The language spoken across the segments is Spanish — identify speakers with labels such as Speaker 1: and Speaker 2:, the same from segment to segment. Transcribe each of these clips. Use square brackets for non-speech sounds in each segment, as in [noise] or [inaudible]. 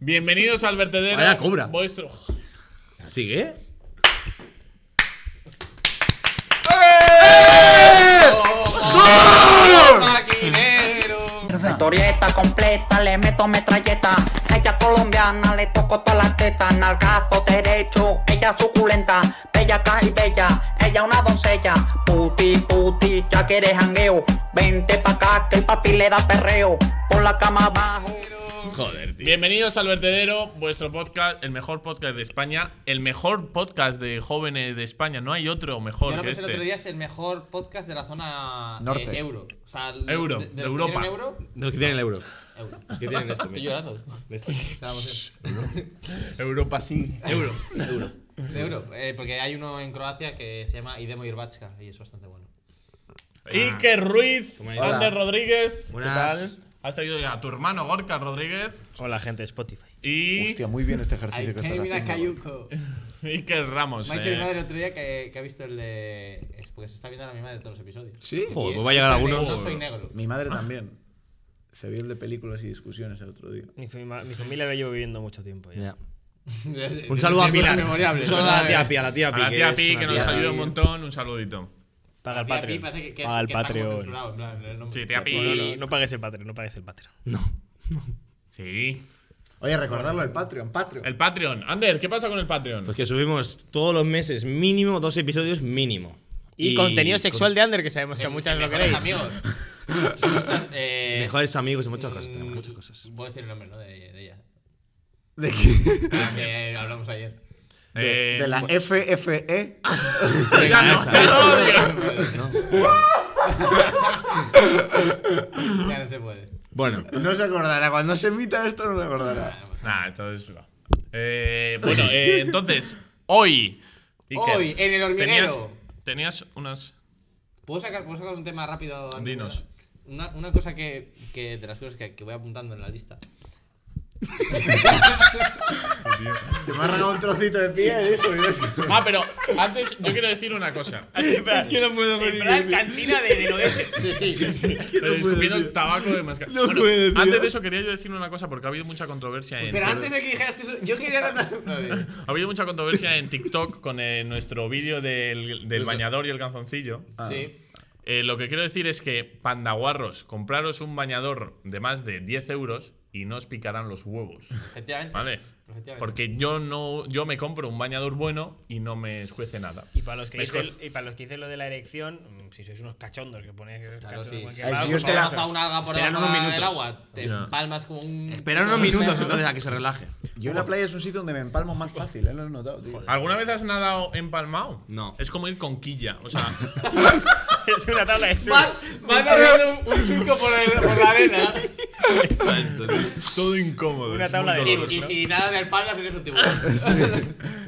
Speaker 1: Bienvenidos al vertedero.
Speaker 2: Vaya cobra.
Speaker 1: vuestro-
Speaker 2: Así que.
Speaker 1: ¡Eh!
Speaker 3: Historieta completa, le meto metralleta. Ella colombiana, le toco todas las tetas. Nalgazo derecho, ella suculenta. Bella acá y bella, ella una doncella. Puti, puti, ya que eres jangueo. Vente pa' acá que el papi le da perreo. Por la cama abajo.
Speaker 2: Joder, tío.
Speaker 1: Bienvenidos al vertedero, vuestro podcast, el mejor podcast de España, el mejor podcast de jóvenes de España. No hay otro mejor
Speaker 4: Yo lo
Speaker 1: que
Speaker 4: pensé
Speaker 1: este.
Speaker 4: el otro día, es el mejor podcast de la zona eh,
Speaker 5: Norte.
Speaker 4: euro. O sea,
Speaker 1: Euro, de
Speaker 4: los que
Speaker 1: Europa.
Speaker 4: tienen Euro,
Speaker 2: Los que tienen el euro.
Speaker 4: euro.
Speaker 2: Los
Speaker 4: [laughs]
Speaker 2: que tienen esto.
Speaker 4: Estoy
Speaker 2: mira.
Speaker 4: llorando. [laughs] pues
Speaker 2: Esto.
Speaker 4: Estábamos
Speaker 1: Europa sin
Speaker 2: Euro. Euro.
Speaker 4: en- de euro. Eh, porque hay uno en Croacia que se llama Idemo Irbatska y es bastante bueno.
Speaker 1: Iker Ruiz,
Speaker 2: Ah. ¿Cómo ha ido?
Speaker 1: Ander Rodríguez.
Speaker 2: Buenas.
Speaker 1: ¿Qué tal? Has traído a tu hermano Gorka Rodríguez
Speaker 6: Hola, gente de Spotify.
Speaker 1: y
Speaker 5: Hostia, muy bien este ejercicio que estás
Speaker 4: mira
Speaker 5: haciendo.
Speaker 4: Cayuco.
Speaker 1: Iker Ramos.
Speaker 4: Me ha dicho mi
Speaker 1: eh.
Speaker 4: madre el otro día que, que ha visto el de. Es porque se está viendo ahora mi madre todos los episodios.
Speaker 5: Sí.
Speaker 2: Joder,
Speaker 4: Y,
Speaker 2: pues va a llegar
Speaker 4: eh,
Speaker 2: alguno.
Speaker 4: No
Speaker 5: [laughs]
Speaker 4: soy negro. [laughs]
Speaker 5: Mi madre también. Se vio el de películas y discusiones el otro día.
Speaker 6: Mi, fami- mi familia me llevo viviendo mucho tiempo ya.
Speaker 2: Ya. Un
Speaker 4: Tiempos
Speaker 2: saludo a Pilar.
Speaker 4: inmemorables,
Speaker 2: Un saludo a la
Speaker 4: ¿verdad?
Speaker 2: tía Pi, a la tía
Speaker 1: A
Speaker 2: Pi.
Speaker 1: la tía Pi
Speaker 2: es
Speaker 1: que
Speaker 2: una
Speaker 1: nos
Speaker 2: tía-
Speaker 1: ayuda un montón, un saludito.
Speaker 6: Paga el
Speaker 4: Tía Pi
Speaker 6: Patreon.
Speaker 4: parece que- que es-
Speaker 6: Paga el
Speaker 4: que está como
Speaker 6: Patreon.
Speaker 4: censurado, en plan, el nombre.
Speaker 1: Sí, tía Pi.
Speaker 6: No, no, no pagues el Patreon, no pagues el Patreon.
Speaker 1: Sí.
Speaker 5: Oye, recordarlo el Patreon, Patreon.
Speaker 1: El Patreon. Ander, ¿qué pasa con el Patreon?
Speaker 2: Pues que subimos todos los meses mínimo dos episodios mínimo.
Speaker 6: Y, contenido sexual de Under, que sabemos que
Speaker 4: Eh,
Speaker 6: muchas lo
Speaker 4: mejores
Speaker 6: queréis.
Speaker 4: amigos. Muchas, eh,
Speaker 2: Mejores amigos y muchas cosas.
Speaker 4: mm,
Speaker 2: Tenemos muchas cosas.
Speaker 4: Puedo decir el nombre, ¿no? De, de ella.
Speaker 5: ¿De qué?
Speaker 4: Ah, que hablamos ayer.
Speaker 1: Eh, Ah.
Speaker 5: De la E. FFE.
Speaker 2: Venga,
Speaker 1: no,
Speaker 2: esa,
Speaker 1: no,
Speaker 2: esa.
Speaker 1: no, no.
Speaker 4: Ya no se puede.
Speaker 2: Bueno,
Speaker 5: No se acordará. Cuando se emita esto, no se acordará.
Speaker 1: Nah, entonces. va. Eh, bueno,
Speaker 5: [laughs]
Speaker 1: eh, entonces, hoy. Iker,
Speaker 4: Hoy, en el
Speaker 1: tenías,
Speaker 4: hormiguero.
Speaker 1: tenías unas.
Speaker 4: ¿Puedo sacar, ¿Puedo sacar un tema rápido? antes de
Speaker 1: Dinos.
Speaker 4: nada? Una, una cosa que, que de las cosas que, que voy apuntando en la lista.
Speaker 5: Que me ha arrancado un trocito de piel, hijo. y
Speaker 2: [laughs]
Speaker 5: es que-
Speaker 1: Ah, pero antes yo quiero decir una cosa.
Speaker 2: es que no puedo
Speaker 6: En plan, cantina de, de lo de
Speaker 2: [laughs]
Speaker 6: este.
Speaker 4: Sí, [laughs] sí.
Speaker 1: Pero Escupiendo el tabaco de mascar.
Speaker 2: No
Speaker 1: Bueno,
Speaker 2: puedo, tío.
Speaker 1: antes de eso quería yo decir una cosa porque ha habido mucha controversia en.
Speaker 4: Pero antes de que dijeras que eso. Yo quería contar. No, bien.
Speaker 1: Ha habido mucha controversia en TikTok con eh, nuestro vídeo del, del bañador y el canzoncillo.
Speaker 4: [laughs] Sí.
Speaker 1: Eh, lo que quiero decir es que, pandaguarros, compraros un bañador de más de 10 euros y no os picarán los huevos.
Speaker 4: Efectivamente.
Speaker 1: ¿Vale?
Speaker 4: Efectivamente.
Speaker 1: Porque yo no yo me compro un bañador bueno y no me escuece nada.
Speaker 6: Y para, los que
Speaker 1: Me
Speaker 6: dicen,
Speaker 1: escoz-
Speaker 6: y para los que dicen lo de la erección, mm, si sois unos cachondos que ponéis que
Speaker 4: Claro,
Speaker 6: cachondos
Speaker 4: sí.
Speaker 6: en cualquier
Speaker 5: Ay,
Speaker 6: lado,
Speaker 5: si
Speaker 6: por
Speaker 5: os
Speaker 4: Te
Speaker 6: favor.
Speaker 4: lanza un alga por
Speaker 2: Esperar
Speaker 4: debajo
Speaker 2: unos
Speaker 4: del
Speaker 2: minutos.
Speaker 4: agua. Te
Speaker 2: Ya.
Speaker 4: palmas como un.
Speaker 2: Esperar unos minutos entonces a que se relaje.
Speaker 5: Yo en la playa es un sitio donde me empalmo más fácil, ¿eh? Lo he notado, tío.
Speaker 1: ¿Alguna vez has nadado empalmado?
Speaker 2: No.
Speaker 1: Es como ir con quilla. O sea, [laughs]
Speaker 6: [laughs] es una tabla de surf.
Speaker 4: Vas, vas abriendo un, un surco por, el- por la arena.
Speaker 2: Ah,
Speaker 1: todo incómodo.
Speaker 6: Una
Speaker 1: es
Speaker 6: tabla
Speaker 1: muy
Speaker 6: de-
Speaker 1: doloroso.
Speaker 4: Y, y si nada de espaldas eres un
Speaker 2: [laughs]
Speaker 4: tiburón.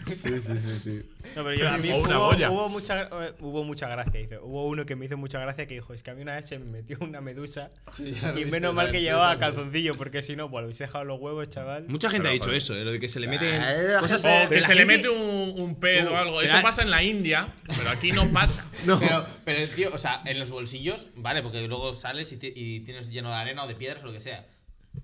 Speaker 5: Sí, sí, sí, sí.
Speaker 6: No,
Speaker 4: [laughs]
Speaker 6: pero yo a mí
Speaker 1: O una
Speaker 6: hubo,
Speaker 1: boya.
Speaker 6: hubo mucha, eh, hubo mucha gracia. Hizo. Hubo uno que me hizo mucha gracia que dijo: Es que a mí una vez se me metió una medusa.
Speaker 4: Sí, ya lo
Speaker 6: y
Speaker 4: viste,
Speaker 6: menos mal que
Speaker 4: Roberto, ya
Speaker 6: llevaba
Speaker 4: lo viste.
Speaker 6: calzoncillo, porque si no, pues hubiese dejado los huevos, chaval.
Speaker 4: [laughs]
Speaker 2: Mucha gente
Speaker 1: Pero,
Speaker 2: ha dicho
Speaker 1: joder.
Speaker 2: eso, eh, lo de que se le meten
Speaker 5: Ah, la
Speaker 2: cosas.
Speaker 5: gente-
Speaker 1: O que
Speaker 2: pero la
Speaker 1: se le
Speaker 2: gente-
Speaker 1: mete un, un pedo o algo.
Speaker 2: pero
Speaker 1: Eso
Speaker 2: la-
Speaker 1: pasa en la India, pero aquí no pasa.
Speaker 4: Pero, pero, tío, o sea, en los bolsillos, vale, porque luego sales y, ti- y tienes lleno de arena o de piedras o lo que sea.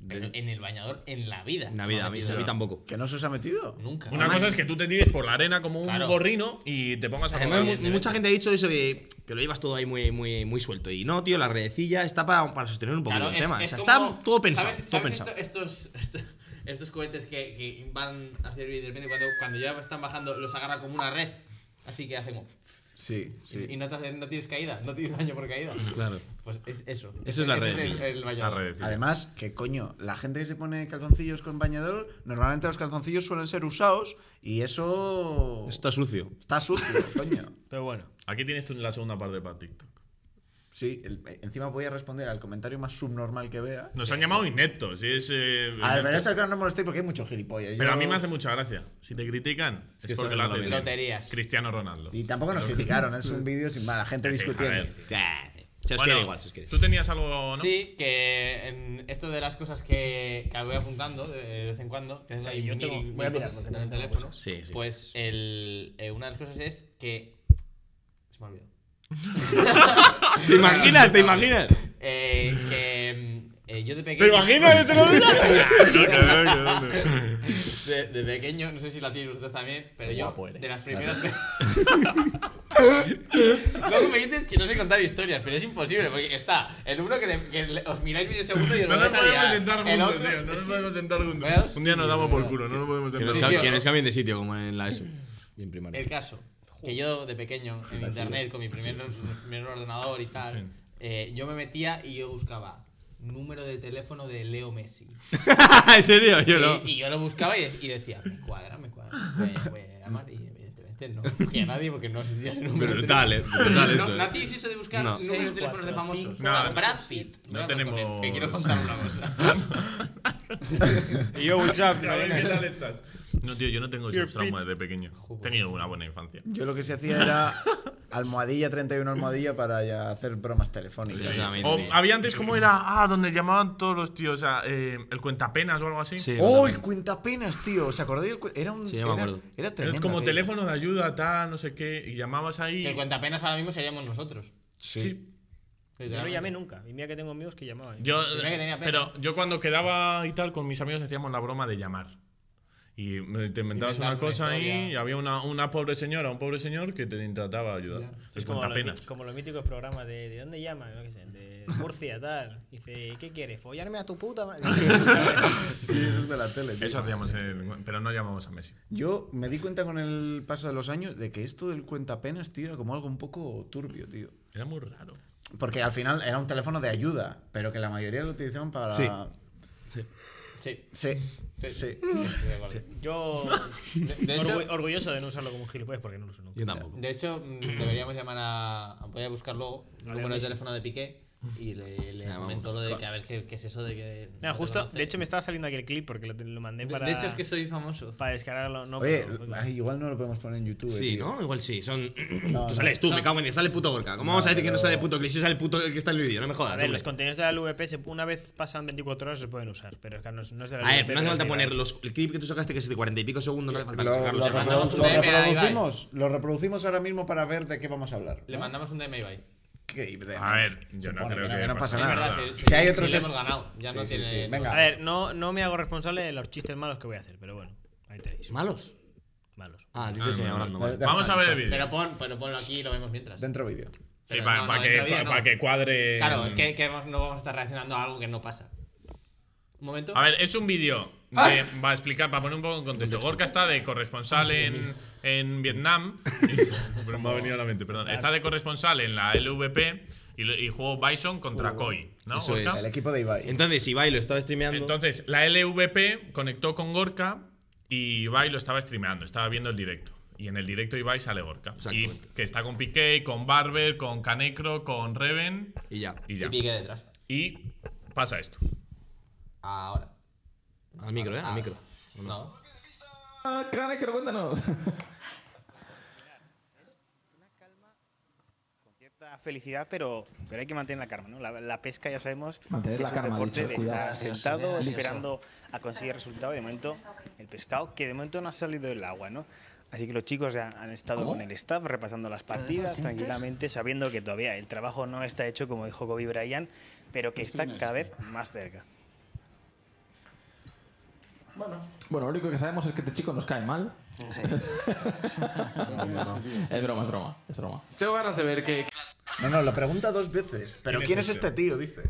Speaker 4: Pero en el bañador, en la vida.
Speaker 2: En la vida, a mí, a mí tampoco.
Speaker 5: ¿Que no se os ha metido?
Speaker 4: Nunca.
Speaker 1: Una cosa es que tú te tires por la arena como un
Speaker 4: Claro.
Speaker 1: gorrino y te pongas a
Speaker 2: Además,
Speaker 1: rodar.
Speaker 2: mu- mucha gente ha dicho eso de que lo llevas todo ahí muy, muy, muy suelto. Y no, tío, la redecilla está para, para sostener un poquito
Speaker 4: Claro,
Speaker 2: el
Speaker 4: es-
Speaker 2: tema.
Speaker 4: es
Speaker 2: O sea,
Speaker 4: como-
Speaker 2: está todo pensado.
Speaker 4: ¿sabes-
Speaker 2: todo
Speaker 4: sabes
Speaker 2: pensado.
Speaker 4: esto- estos, estos, estos cohetes que, que van hacia el vídeo y de repente cuando, cuando ya están bajando los agarra como una red. Así que hacemos.
Speaker 5: Sí, sí.
Speaker 4: Y no, te hace- no tienes caída, no tienes daño por caída.
Speaker 2: Claro.
Speaker 4: Pues es eso.
Speaker 2: Eso es la
Speaker 4: Ese
Speaker 2: red.
Speaker 4: el, el
Speaker 1: La
Speaker 4: bañador.
Speaker 1: red, tío.
Speaker 5: Además, que coño, la gente que se pone calzoncillos con bañador, normalmente los calzoncillos suelen ser usados y eso
Speaker 2: Está sucio.
Speaker 5: está sucio, [laughs] coño.
Speaker 6: Pero bueno,
Speaker 1: Aquí tienes tú la segunda parte para TikTok.
Speaker 5: Sí, el- eh, encima voy a responder al comentario más subnormal que vea.
Speaker 1: Nos han llamado ineptos. y es, eh,
Speaker 5: A ver,
Speaker 1: ineptos.
Speaker 5: pero eso claro no molestéis porque hay mucho gilipollas.
Speaker 1: Pero
Speaker 5: Yo-
Speaker 1: a mí me hace mucha gracia. Si te critican, es,
Speaker 2: que
Speaker 1: porque
Speaker 2: está
Speaker 1: lo
Speaker 2: haciendo
Speaker 1: haces
Speaker 2: bien.
Speaker 1: bien.
Speaker 4: Loterías.
Speaker 1: Cristiano Ronaldo.
Speaker 5: [laughs] Y tampoco nos criticaron, es un vídeo sin más, la gente
Speaker 1: Sí, sí, a
Speaker 5: discutiendo.
Speaker 1: ver.
Speaker 2: Ah, Se os
Speaker 1: Bueno,
Speaker 2: quiere igual, se os quiere.
Speaker 1: Tú tenías algo, ¿no?
Speaker 4: Sí, que en esto de las cosas que, que voy apuntando de, de vez en cuando, que es
Speaker 6: sea,
Speaker 4: hay
Speaker 6: yo
Speaker 4: mil-
Speaker 6: tengo-
Speaker 4: mil
Speaker 6: voy a mirar,
Speaker 4: cosas
Speaker 6: porque
Speaker 4: en el
Speaker 6: tengo
Speaker 4: teléfono,
Speaker 6: cosas.
Speaker 2: Sí, sí.
Speaker 4: pues el, eh, una de las cosas es que... Se me ha olvidado.
Speaker 2: ¿Te imaginas? ¿Te imaginas?
Speaker 4: Eh, que, mm, eh, yo de pequeño.
Speaker 7: ¿Te imaginas? Yo te lo
Speaker 1: [laughs]
Speaker 7: digo.
Speaker 4: De, de pequeño, no sé si la tienes vosotros también, pero yo
Speaker 1: guapo eres.
Speaker 4: de las primeras. [laughs] Luego me dices que no sé contar historias, pero es imposible, porque está el uno que, te- que le- os miráis medio segundo y os
Speaker 7: No
Speaker 4: lo
Speaker 7: nos
Speaker 4: dejaría.
Speaker 7: podemos sentar
Speaker 4: El
Speaker 7: juntos,
Speaker 4: otro-
Speaker 7: tío. No nos
Speaker 4: es que-
Speaker 7: podemos sentar
Speaker 4: Vaya
Speaker 7: juntos.
Speaker 4: dos-
Speaker 7: Un día nos damos por
Speaker 4: Sí,
Speaker 7: culo, no nos podemos
Speaker 2: Que nos,
Speaker 7: sentar
Speaker 4: Sí,
Speaker 2: ca-
Speaker 4: sí,
Speaker 2: que
Speaker 4: o-
Speaker 7: juntos.
Speaker 2: nos cambien de sitio, como en la ESO. Bien primaria.
Speaker 4: El caso, que yo de pequeño, en internet, con mi primer, mi primer ordenador y tal, eh, yo me metía y yo buscaba número de teléfono de Leo Messi.
Speaker 2: [laughs] ¿En serio? [laughs] Yo
Speaker 4: Sí,
Speaker 2: no.
Speaker 4: Y yo lo buscaba y, y decía, me cuadra, me cuadra. Voy, a- voy a llamar y evidentemente no cogía a nadie porque no existía ese número. de
Speaker 2: Brutal, eh.
Speaker 4: teléfono. [laughs]
Speaker 2: Brutal
Speaker 4: no,
Speaker 2: eso. eh.
Speaker 4: Nadie hizo eso de buscar
Speaker 2: No.
Speaker 4: números de teléfonos de famosos.
Speaker 1: cinco,
Speaker 4: Hola,
Speaker 1: no,
Speaker 4: Brad Pitt.
Speaker 1: no
Speaker 4: Voy a hablar con él,
Speaker 1: tenemos-
Speaker 4: Que quiero contar una cosa.
Speaker 2: [laughs]
Speaker 6: Y yo, WhatsApp.
Speaker 7: A ver qué tal estás.
Speaker 1: No, tío, yo no tengo
Speaker 6: Your
Speaker 1: esos traumas de pequeño. He tenido una buena infancia.
Speaker 5: Yo lo que se hacía era almohadilla 31 almohadilla para ya hacer bromas telefónicas.
Speaker 2: Sí, sí.
Speaker 1: O había antes como era, ah, donde llamaban todos los tíos, o sea, eh, el cuentapenas o algo así.
Speaker 2: Sí,
Speaker 5: ¡Oh,
Speaker 2: no,
Speaker 5: el cuentapenas, tío! ¿Os acordáis del cu- Era un.
Speaker 2: Sí, yo me
Speaker 5: era-
Speaker 2: acuerdo.
Speaker 5: Era, eh.
Speaker 1: Es
Speaker 5: tremendo.
Speaker 1: como
Speaker 5: aquello.
Speaker 1: teléfono de ayuda, tal, no sé qué, y llamabas ahí.
Speaker 4: Que cuenta apenas ahora mismo seríamos nosotros.
Speaker 5: Sí.
Speaker 6: Yo no llamé nunca. Y mira que tengo amigos que llamaban.
Speaker 1: Yo,
Speaker 4: Mira que tenía pena.
Speaker 1: pero yo cuando quedaba y tal con mis amigos hacíamos la broma de llamar. Y me- te inventabas
Speaker 4: Inventarte
Speaker 1: una
Speaker 4: una
Speaker 1: cosa ahí
Speaker 4: historia.
Speaker 1: y había una, una pobre señora, un pobre señor que te trataba de ayudar. Es
Speaker 6: Es como, los,
Speaker 1: cuentapenas.
Speaker 6: mit- como los míticos programas de ¿de dónde llaman? Yo qué sé, de Murcia, tal. Dice, ¿qué quieres? ¿Follarme a tu puta
Speaker 2: [laughs]
Speaker 6: madre?
Speaker 5: Sí, eso es de la tele. tío.
Speaker 1: Eso hacíamos, en- pero no llamamos a Messi.
Speaker 5: Yo me di cuenta con el paso de los años de que esto del cuentapenas, tío, era como algo un poco turbio, tío.
Speaker 1: Era muy raro.
Speaker 5: Porque al final era un teléfono de ayuda, pero que la mayoría lo utilizaban para.
Speaker 2: Sí.
Speaker 4: Sí.
Speaker 5: Sí.
Speaker 4: Sí.
Speaker 5: Sí.
Speaker 4: Estoy de acuerdo.
Speaker 6: Yo.
Speaker 4: De- de hecho-
Speaker 6: orgu- orgulloso de no usarlo como un gilipollas porque no lo uso nunca.
Speaker 2: Yo tampoco.
Speaker 4: De hecho, mm, deberíamos llamar a. a- Voy a buscar luego el número de teléfono de Piqué y le, le
Speaker 2: Llamamos.
Speaker 4: comento lo de que a ver qué, qué es eso de que.
Speaker 6: Nada,
Speaker 4: no te
Speaker 6: Ah, justo,
Speaker 4: conoce.
Speaker 6: de hecho me estaba saliendo aquí el clip porque lo, lo mandé
Speaker 4: De-
Speaker 6: para.
Speaker 4: de hecho, es que soy famoso.
Speaker 6: Para descargarlo. No,
Speaker 5: Oye,
Speaker 6: pero-
Speaker 5: ay, igual no lo podemos poner en YouTube.
Speaker 2: Sí,
Speaker 5: tío.
Speaker 2: ¿no? Igual sí. Son.
Speaker 5: No, no.
Speaker 2: tú sales tú, me cago en 10. Sale puto Gorka. ¿Cómo vamos a decir que no
Speaker 5: pero-
Speaker 2: sale puto cliché? Sale el puto el que está en el vídeo, no me jodas.
Speaker 6: A ver,
Speaker 2: hombre.
Speaker 6: los contenidos de la LVP se- una vez pasan 24 horas se pueden usar, pero es que no, es- no es de la
Speaker 2: A ver,
Speaker 6: LVP,
Speaker 2: no hace
Speaker 6: pero
Speaker 2: falta
Speaker 6: sí,
Speaker 2: poner
Speaker 6: vale.
Speaker 2: los, el clip que tú sacaste, que es de cuarenta y pico segundos, no hace falta
Speaker 5: Lo,
Speaker 2: sacarlo.
Speaker 5: lo
Speaker 2: se manda.
Speaker 4: mandamos
Speaker 5: reprodu-
Speaker 4: un
Speaker 5: lo
Speaker 4: DM a Ibai.
Speaker 5: reproducimos, lo reproducimos ahora mismo para ver de qué vamos a hablar.
Speaker 4: Le
Speaker 5: ¿no?
Speaker 4: mandamos un DM a Ibai.
Speaker 5: ¿Qué ideas?
Speaker 1: A ver, yo
Speaker 5: Se
Speaker 1: no
Speaker 5: pone
Speaker 1: creo
Speaker 5: no,
Speaker 1: que
Speaker 5: no
Speaker 1: pase
Speaker 5: pasa
Speaker 4: Es
Speaker 1: nada.
Speaker 5: nada.
Speaker 4: verdad, si,
Speaker 5: Si hay otros.
Speaker 4: si le
Speaker 5: est-
Speaker 4: hemos ganado. Ya
Speaker 5: Sí,
Speaker 4: no
Speaker 5: sí,
Speaker 4: tiene.
Speaker 5: sí, venga.
Speaker 6: A ver, no, no me hago responsable de los chistes malos que voy a hacer, pero bueno, ahí tenéis.
Speaker 2: ¿Malos?
Speaker 6: Malos.
Speaker 2: Ah, dices eh, hablando mal.
Speaker 5: Ya
Speaker 1: Vamos
Speaker 5: está,
Speaker 1: a ver
Speaker 5: ya
Speaker 1: el vídeo.
Speaker 4: Pero, pon, pero ponlo aquí y lo vemos mientras.
Speaker 5: Dentro vídeo.
Speaker 1: Sí,
Speaker 4: Pero
Speaker 1: para
Speaker 4: no, no,
Speaker 1: que,
Speaker 4: dentro vídeo
Speaker 1: pa-
Speaker 4: no.
Speaker 1: pa' que cuadre.
Speaker 4: Claro, es que, que vamos- no vamos a estar reaccionando a algo que no pasa. Un momento.
Speaker 1: A ver, es un vídeo
Speaker 5: Ah.
Speaker 1: de. Va a explicar, para poner un poco en contexto. Gorka está de corresponsal en, en Vietnam. Pero [laughs] me ha venido a la mente, perdón. Está de corresponsal en la LVP y, lo- y jugó Bison contra Koi, ¿no?
Speaker 2: eso
Speaker 1: Gorka?
Speaker 5: El equipo de Ibai.
Speaker 2: Entonces, Ibai lo estaba streameando.
Speaker 1: Entonces, la LVP conectó con Gorka y Ibai lo estaba streameando, estaba viendo el directo. Y en el directo Ibai sale Gorka. Y
Speaker 2: Exactamente.
Speaker 1: que está con Piqué, con Barber, con Canecro, con Reven
Speaker 2: y ya.
Speaker 1: y
Speaker 4: Y
Speaker 1: ya.
Speaker 4: pique detrás.
Speaker 1: Y pasa esto.
Speaker 4: Ahora.
Speaker 2: Al micro, ¿eh? Al micro.
Speaker 4: No.
Speaker 8: Canecro, cuéntanos. [laughs]
Speaker 9: cierta felicidad, pero, pero hay que mantener la calma, ¿no? La, la pesca ya sabemos
Speaker 8: Mantener
Speaker 9: que
Speaker 8: la
Speaker 9: es un
Speaker 8: calma, ha
Speaker 9: deporte
Speaker 8: dicho,
Speaker 9: de
Speaker 8: cuidado.
Speaker 9: estar
Speaker 8: Gracioso,
Speaker 9: sentado
Speaker 8: gracioso.
Speaker 9: esperando a conseguir resultado. De momento, el pescado, que de momento no ha salido del agua, ¿no? Así que los chicos ya han estado con el staff repasando las partidas tranquilamente, sabiendo que todavía el trabajo no está hecho, como dijo Kobe Bryant, pero que está cada vez más cerca.
Speaker 8: Bueno, lo único que sabemos es que este chico nos cae mal. [laughs] es broma, es broma, es broma.
Speaker 7: Tengo ganas de ver que.
Speaker 5: No, no, lo pregunta dos veces. ¿Pero quién es este tío? Dice.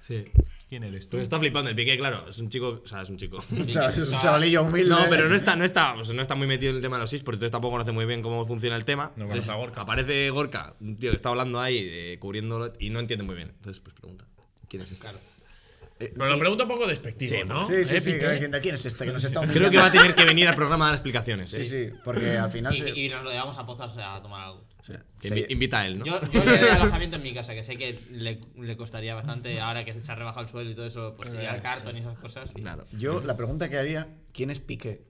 Speaker 2: Sí.
Speaker 1: ¿Quién eres
Speaker 2: Pues está flipando el piqué, claro. Es un chico. O sea, es un chico.
Speaker 5: O sea, es un chavalillo humilde.
Speaker 2: Ah. No, pero no está, no está, pues, no está muy metido en el tema de los esports, entonces tampoco conoce muy bien cómo funciona el tema.
Speaker 1: No
Speaker 2: Entonces,
Speaker 1: conoce a Gorka.
Speaker 2: Aparece Gorka, un tío que está hablando ahí, de, cubriéndolo, y no entiende muy bien. Entonces, pues pregunta, ¿quién es este?
Speaker 1: Pero lo pregunto un poco despectivo, ¿no?
Speaker 5: Sí, sí,
Speaker 1: ¿Eh,
Speaker 5: sí.
Speaker 1: Piqué?
Speaker 5: diciendo, ¿Quién es este que nos está humillando?
Speaker 2: [laughs] Creo que va a tener que venir al programa a dar explicaciones.
Speaker 5: Sí,
Speaker 2: ¿eh?
Speaker 5: sí, porque al final.
Speaker 4: Y,
Speaker 5: se-
Speaker 4: y nos lo llevamos a pozas a tomar algo.
Speaker 2: Sí. Que
Speaker 5: Sí.
Speaker 2: invi- Invita a él, ¿no?
Speaker 4: Yo, yo le
Speaker 1: [laughs]
Speaker 4: doy alojamiento en mi casa, que sé que le, le costaría bastante ahora que se ha rebajado el suelo y todo eso, pues ir al cartón y esas cosas.
Speaker 2: Claro.
Speaker 5: Yo la pregunta que haría, ¿quién es Piqué?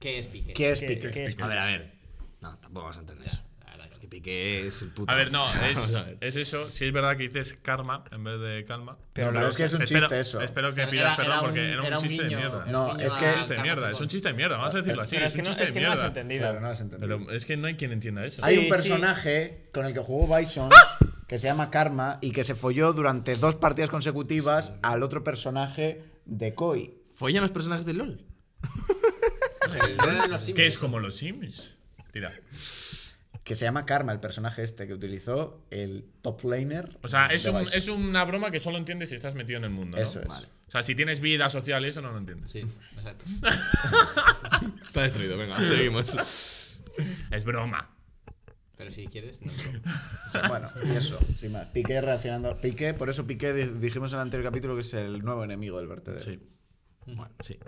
Speaker 4: ¿Qué es Piqué?
Speaker 5: ¿Qué es
Speaker 6: ¿Qué-
Speaker 5: Piqué?
Speaker 6: qué es?
Speaker 2: A ver, a ver. No, tampoco vas a entender eso.
Speaker 4: La verdad que-
Speaker 2: Que Piqué es el puto.
Speaker 1: A ver,
Speaker 2: [laughs]
Speaker 1: no,
Speaker 2: O sea, vamos
Speaker 1: es,
Speaker 2: a ver.
Speaker 1: es eso. Si es verdad que dices karma en vez de calma.
Speaker 5: Pero
Speaker 1: No,
Speaker 5: la verdad es que es un
Speaker 1: espero-
Speaker 5: chiste eso.
Speaker 1: Espero que
Speaker 4: Era-
Speaker 1: pidas
Speaker 4: era
Speaker 1: perdón
Speaker 4: un-
Speaker 1: porque era
Speaker 4: era
Speaker 1: un
Speaker 4: un
Speaker 1: chiste de
Speaker 4: guiño- Ah,
Speaker 1: mierda.
Speaker 5: No,
Speaker 4: un guiño
Speaker 5: es
Speaker 4: a
Speaker 5: que-
Speaker 1: Es un chiste de
Speaker 4: Carlos
Speaker 1: mierda,
Speaker 4: Chacón.
Speaker 1: es un chiste de mierda, vamos a decirlo así.
Speaker 6: Pero
Speaker 1: Es
Speaker 6: es que
Speaker 1: un
Speaker 6: no,
Speaker 1: chiste
Speaker 6: es
Speaker 1: de
Speaker 6: que no lo has
Speaker 1: mierda.
Speaker 6: entendido.
Speaker 5: Claro, no lo has entendido.
Speaker 1: Pero es que no hay quien entienda eso.
Speaker 5: Hay
Speaker 6: sí.
Speaker 5: un personaje con el que jugó Bison que se llama Karma y que se folló durante dos partidas consecutivas al otro personaje de Koi.
Speaker 2: ¿Follan los personajes del LOL?
Speaker 1: Que es como los Sims. Tira.
Speaker 5: Que se llama Karma, el personaje este que utilizó el top laner.
Speaker 1: O sea,
Speaker 5: de
Speaker 1: es, un-
Speaker 5: Vice.
Speaker 1: es una broma que solo entiendes si estás metido en el mundo. ¿no?
Speaker 5: Eso es.
Speaker 2: Vale.
Speaker 1: O sea, si tienes vida social, y eso no lo entiendes.
Speaker 4: Sí, exacto.
Speaker 2: Está destruido, [laughs] venga, seguimos.
Speaker 1: Es broma.
Speaker 4: Pero si quieres, no.
Speaker 5: Bueno, y eso, sin más. Piqué reaccionando. Piqué, por eso Piqué di- dijimos en el anterior capítulo que es el nuevo enemigo del vertedero.
Speaker 1: Sí.
Speaker 2: Bueno, sí.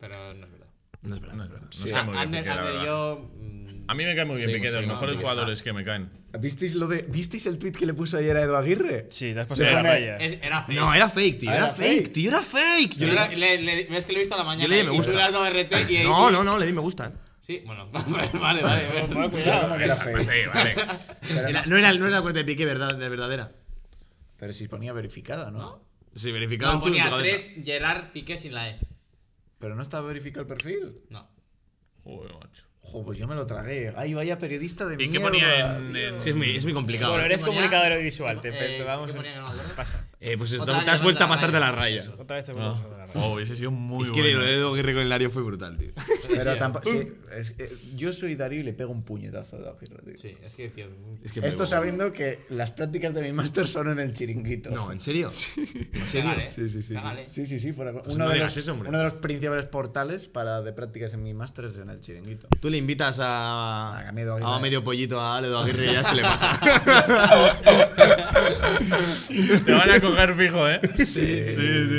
Speaker 4: Pero no es verdad.
Speaker 2: No es verdad.
Speaker 1: No es verdad. Nos
Speaker 5: Sí.
Speaker 1: cae muy bien
Speaker 4: Ander,
Speaker 1: Piqué, la
Speaker 4: Ander,
Speaker 1: verdad.
Speaker 4: yo. mm,
Speaker 1: A mí me cae muy bien
Speaker 2: Sí,
Speaker 1: Piqué, de
Speaker 2: sí,
Speaker 1: los
Speaker 2: no,
Speaker 1: mejores
Speaker 2: Piqué.
Speaker 1: jugadores que me caen.
Speaker 5: ¿Visteis, lo de, ¿Visteis el tweet que le puso ayer a Edu Aguirre?
Speaker 9: Sí, te has pasado de la
Speaker 5: Déjame-
Speaker 9: raya.
Speaker 4: es- era fake.
Speaker 2: No, era fake, tío.
Speaker 5: Ah,
Speaker 2: Era,
Speaker 5: era
Speaker 2: fake,
Speaker 5: fake.
Speaker 2: tío. Era fake.
Speaker 4: Yo
Speaker 2: Yo le-
Speaker 4: era- le- le- es que lo he visto a la mañana.
Speaker 2: le di me
Speaker 4: y tú
Speaker 2: gusta.
Speaker 4: le has dado RT y-
Speaker 2: No, no, no, le di me gusta. eh.
Speaker 4: Sí, bueno, [laughs] vale, vale. vale.
Speaker 5: ¿Cómo que era fake?
Speaker 1: Sí,
Speaker 5: [laughs]
Speaker 1: vale.
Speaker 2: Era- no, era, no era la cuenta de Piqué verdad, de verdadera.
Speaker 5: Pero si ponía verificada, ¿no?
Speaker 2: Sí, verificado
Speaker 4: No,
Speaker 2: en tu, en tu
Speaker 4: ponía
Speaker 2: cabeza.
Speaker 4: 3 Gerard Piqué sin la E.
Speaker 5: Pero no estaba verificado el perfil.
Speaker 4: No.
Speaker 1: Joder, macho.
Speaker 5: Jo, pues yo me lo tragué. Ay, vaya periodista de
Speaker 1: ¿Y
Speaker 5: mierda.
Speaker 1: qué ponía en.? eh? en-
Speaker 2: Sí, es muy, es muy complicado.
Speaker 6: Bueno, eres
Speaker 4: ¿Qué ponía?
Speaker 6: comunicador audiovisual, te,
Speaker 4: Eh,
Speaker 6: te- te
Speaker 4: ¿qué
Speaker 6: vamos.
Speaker 4: ponía que no me acuerdo?
Speaker 6: Pasa.
Speaker 2: Eh, pues te,
Speaker 4: Otra
Speaker 2: te
Speaker 4: vez
Speaker 2: has vuelto a pasar
Speaker 4: levanta
Speaker 2: de
Speaker 4: la
Speaker 2: la
Speaker 4: raya.
Speaker 2: raya.
Speaker 6: Otra vez te vuelvo a
Speaker 1: Ah.
Speaker 6: pasar de la raya.
Speaker 1: Oh, hubiese sido muy
Speaker 2: es que
Speaker 1: bueno.
Speaker 2: lo de Edu Aguirre con el Lario fue brutal, tío.
Speaker 5: Pero
Speaker 4: Sí,
Speaker 5: tampoco. sí,
Speaker 1: Uh.
Speaker 5: es que yo soy Darío y le pego un puñetazo a Edu Aguirre, tío.
Speaker 4: Sí, es que, tío.
Speaker 2: Es que me
Speaker 5: Esto
Speaker 2: voy.
Speaker 5: sabiendo que las prácticas de mi máster son en el chiringuito.
Speaker 2: No, ¿en serio? ¿En serio?
Speaker 4: Pégale,
Speaker 5: Sí, sí, sí.
Speaker 4: pégale.
Speaker 5: Sí, sí, sí. sí, fuera-
Speaker 2: Pues no
Speaker 5: uno, de
Speaker 2: digas
Speaker 5: los,
Speaker 2: eso, hombre.
Speaker 5: uno de los principales portales para de prácticas en mi máster es en el chiringuito. Ah,
Speaker 2: Tú le invitas a,
Speaker 5: A medio Aguirre.
Speaker 2: a Ah, medio pollito a Edu Aguirre y ya se le pasa.
Speaker 1: Te van a coger fijo, ¿eh?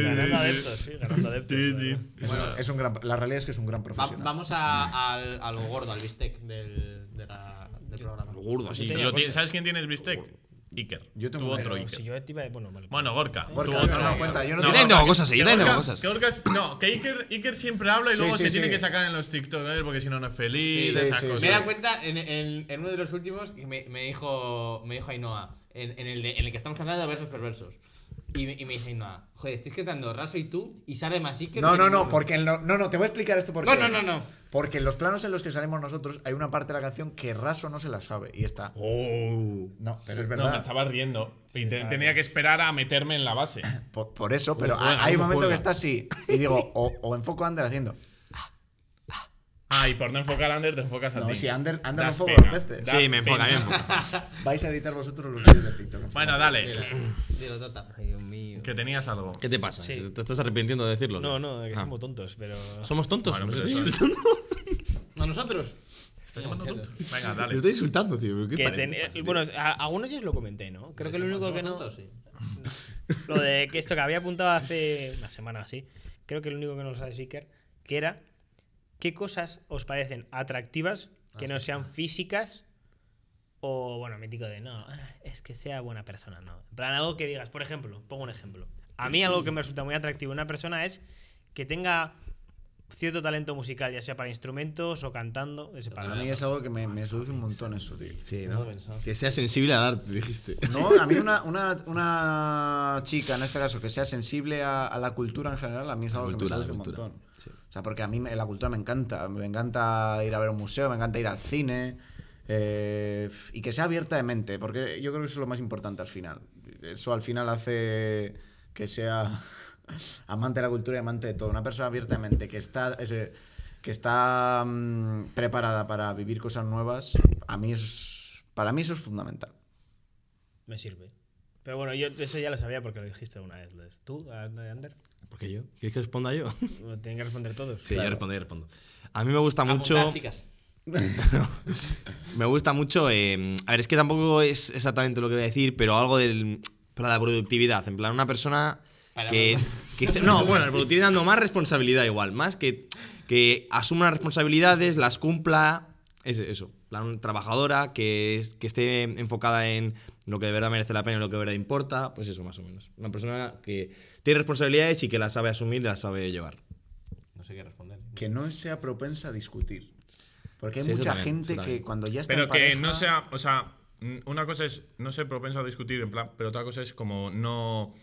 Speaker 6: Ganando adeptos, sí, ganando adeptos.
Speaker 5: Es, un- es un gran, la realidad es que es un gran
Speaker 4: Va-
Speaker 5: profesional.
Speaker 4: vamos a, al, a lo gordo, al bistec del, de la- del programa.
Speaker 2: [laughs] Gordo, así.
Speaker 1: Lo ti- ¿Sabes quién tiene el bistec? Iker.
Speaker 5: Yo tengo
Speaker 1: Tú
Speaker 5: un-
Speaker 1: otro
Speaker 6: Pero
Speaker 1: Iker.
Speaker 6: si yo te iba de. Bueno, vale.
Speaker 1: Bueno, Gorka.
Speaker 5: Gorka,
Speaker 1: Tú
Speaker 5: yo
Speaker 1: otro
Speaker 5: no
Speaker 1: Iker.
Speaker 5: cuenta, yo no
Speaker 2: Yo también
Speaker 1: Gorka,
Speaker 2: tengo cosas, yo
Speaker 1: que
Speaker 2: también tengo
Speaker 1: Gorka-
Speaker 2: cosas.
Speaker 1: que Gorka es- no, que Iker, Iker siempre habla y
Speaker 5: Sí,
Speaker 1: luego
Speaker 5: sí,
Speaker 1: se
Speaker 5: sí.
Speaker 1: tiene que sacar en los TikTok, ¿eh? porque si no, no es feliz,
Speaker 5: Sí,
Speaker 1: de
Speaker 5: sí,
Speaker 1: esas
Speaker 5: Pues sí,
Speaker 1: cosas.
Speaker 4: Me he dado cuenta en, en- en uno de los últimos que me, me dijo, me dijo Ainhoa, en, en el de- en el que estamos cantando versos perversos. Y me, y me dice Ainhoa, joder, estáis cantando Raso y tú y sale más Iker.
Speaker 5: No,
Speaker 4: que
Speaker 5: no,
Speaker 4: ninguno".
Speaker 5: no, porque en lo- no, no, te voy a explicar esto porque.
Speaker 4: No, no, no, no.
Speaker 5: Porque en los planos en los que salimos nosotros hay una parte de la canción que Raso no se la sabe y está. No, pero es
Speaker 1: No, me
Speaker 5: Oh, verdad.
Speaker 1: estaba riendo. y te- tenía que esperar a meterme en la
Speaker 5: [coughs]
Speaker 1: base.
Speaker 5: por, por eso, pero
Speaker 2: juega,
Speaker 5: hay- hay un
Speaker 2: cómo
Speaker 5: momento que
Speaker 2: juega.
Speaker 5: está así y
Speaker 2: [laughs]
Speaker 5: digo, o, o enfoco a Ander haciendo.
Speaker 1: Ah, y por no enfocar a Ander, te enfocas a
Speaker 5: No,
Speaker 1: ti.
Speaker 5: si Ander, Ander lo
Speaker 1: Das
Speaker 5: enfoco
Speaker 1: pena.
Speaker 5: dos veces.
Speaker 1: Da-
Speaker 2: Sí, me enfoca, me
Speaker 1: pena.
Speaker 2: enfoca.
Speaker 5: Vais a editar vosotros los vídeos de TikTok.
Speaker 1: [laughs] Bueno, dale.
Speaker 4: Digo, "Tota". tata.
Speaker 6: Ay, Dios mío.
Speaker 1: Que tenías algo.
Speaker 2: ¿Qué te pasa?
Speaker 6: Sí.
Speaker 2: ¿Te estás arrepintiendo de decirlo?
Speaker 6: No, no, que
Speaker 2: Ah.
Speaker 6: somos tontos, pero.
Speaker 2: ¿Somos tontos?
Speaker 1: Bueno,
Speaker 2: ¿Me [laughs]
Speaker 1: pues
Speaker 2: estáis
Speaker 1: eso.
Speaker 2: insultando?
Speaker 4: ¿A nosotros?
Speaker 1: ¿Estás llamando
Speaker 4: Entiendo.
Speaker 1: tonto? Venga,
Speaker 2: Me
Speaker 1: dale.
Speaker 2: estoy insultando, tío. pero ¿Qué
Speaker 6: Que
Speaker 2: parece?
Speaker 6: ten- eh, bueno, a, algunos ya os lo comenté, ¿no? Creo que lo único que no.
Speaker 4: Pues Somos tontos, sí.
Speaker 6: Lo de que esto que había apuntado hace una semana así, creo que lo único que no lo sabe Siker, que era qué cosas os parecen atractivas
Speaker 2: Ah,
Speaker 6: que no sean físicas o, bueno, mítico de no, es que sea buena persona, no. En plan, algo que digas, por ejemplo, pongo un ejemplo. A mí algo que me resulta muy atractivo en una persona es que tenga cierto talento musical, ya sea para instrumentos o cantando. ese palo.
Speaker 5: A mí es algo que me, me seduce un montón eso, tío.
Speaker 2: Sí, ¿no? Que sea sensible al arte, dijiste.
Speaker 5: No, a mí una, una, una chica, en este caso, que sea sensible a, a la cultura en general, a mí es algo
Speaker 2: cultura,
Speaker 5: que me seduce
Speaker 2: la
Speaker 5: un
Speaker 2: cultura.
Speaker 5: montón. O sea, porque a mí me- la cultura me encanta. Me encanta ir a ver un museo, me encanta ir al cine. eh, y que sea abierta de mente, porque yo creo que eso es lo más importante al final. Eso al final hace que sea [laughs] amante de la cultura y amante de todo. Una persona abierta de mente que está, ese- que está mm, preparada para vivir cosas nuevas, a mí eso es- para mí eso es fundamental.
Speaker 6: Me sirve. Pero bueno, yo eso ya lo sabía porque lo dijiste una vez. Lois. ¿Tú, Ander?
Speaker 2: ¿Por qué yo? ¿Quieres que responda yo?
Speaker 6: Lo Tienen que responder todos.
Speaker 2: Sí, yo respondo, yo respondo. A mí me gusta mucho.
Speaker 4: Apuntad, chicas.
Speaker 2: Me gusta mucho. eh, a ver, es que tampoco es exactamente lo que voy a decir, pero algo del, para la productividad. En plan, una persona
Speaker 4: Para
Speaker 2: que, que se- No, bueno, la productividad dando más responsabilidad igual. Más que, que asuma las responsabilidades, las cumpla. es- eso. en plan, una trabajadora que, es- que esté enfocada en lo que de verdad merece la pena y lo que de verdad importa. Pues eso, más o menos. Una persona que tiene responsabilidades y que las sabe asumir y las sabe llevar.
Speaker 4: No sé qué responder.
Speaker 5: que no sea propensa a discutir. Porque hay
Speaker 2: Sí, eso
Speaker 5: mucha
Speaker 2: también,
Speaker 5: gente
Speaker 2: eso también.
Speaker 5: que cuando ya está
Speaker 1: Pero
Speaker 5: en
Speaker 1: que
Speaker 5: pareja,
Speaker 1: no sea, o sea, mm, una cosa es no ser propenso a discutir, en plan, pero otra cosa es como no.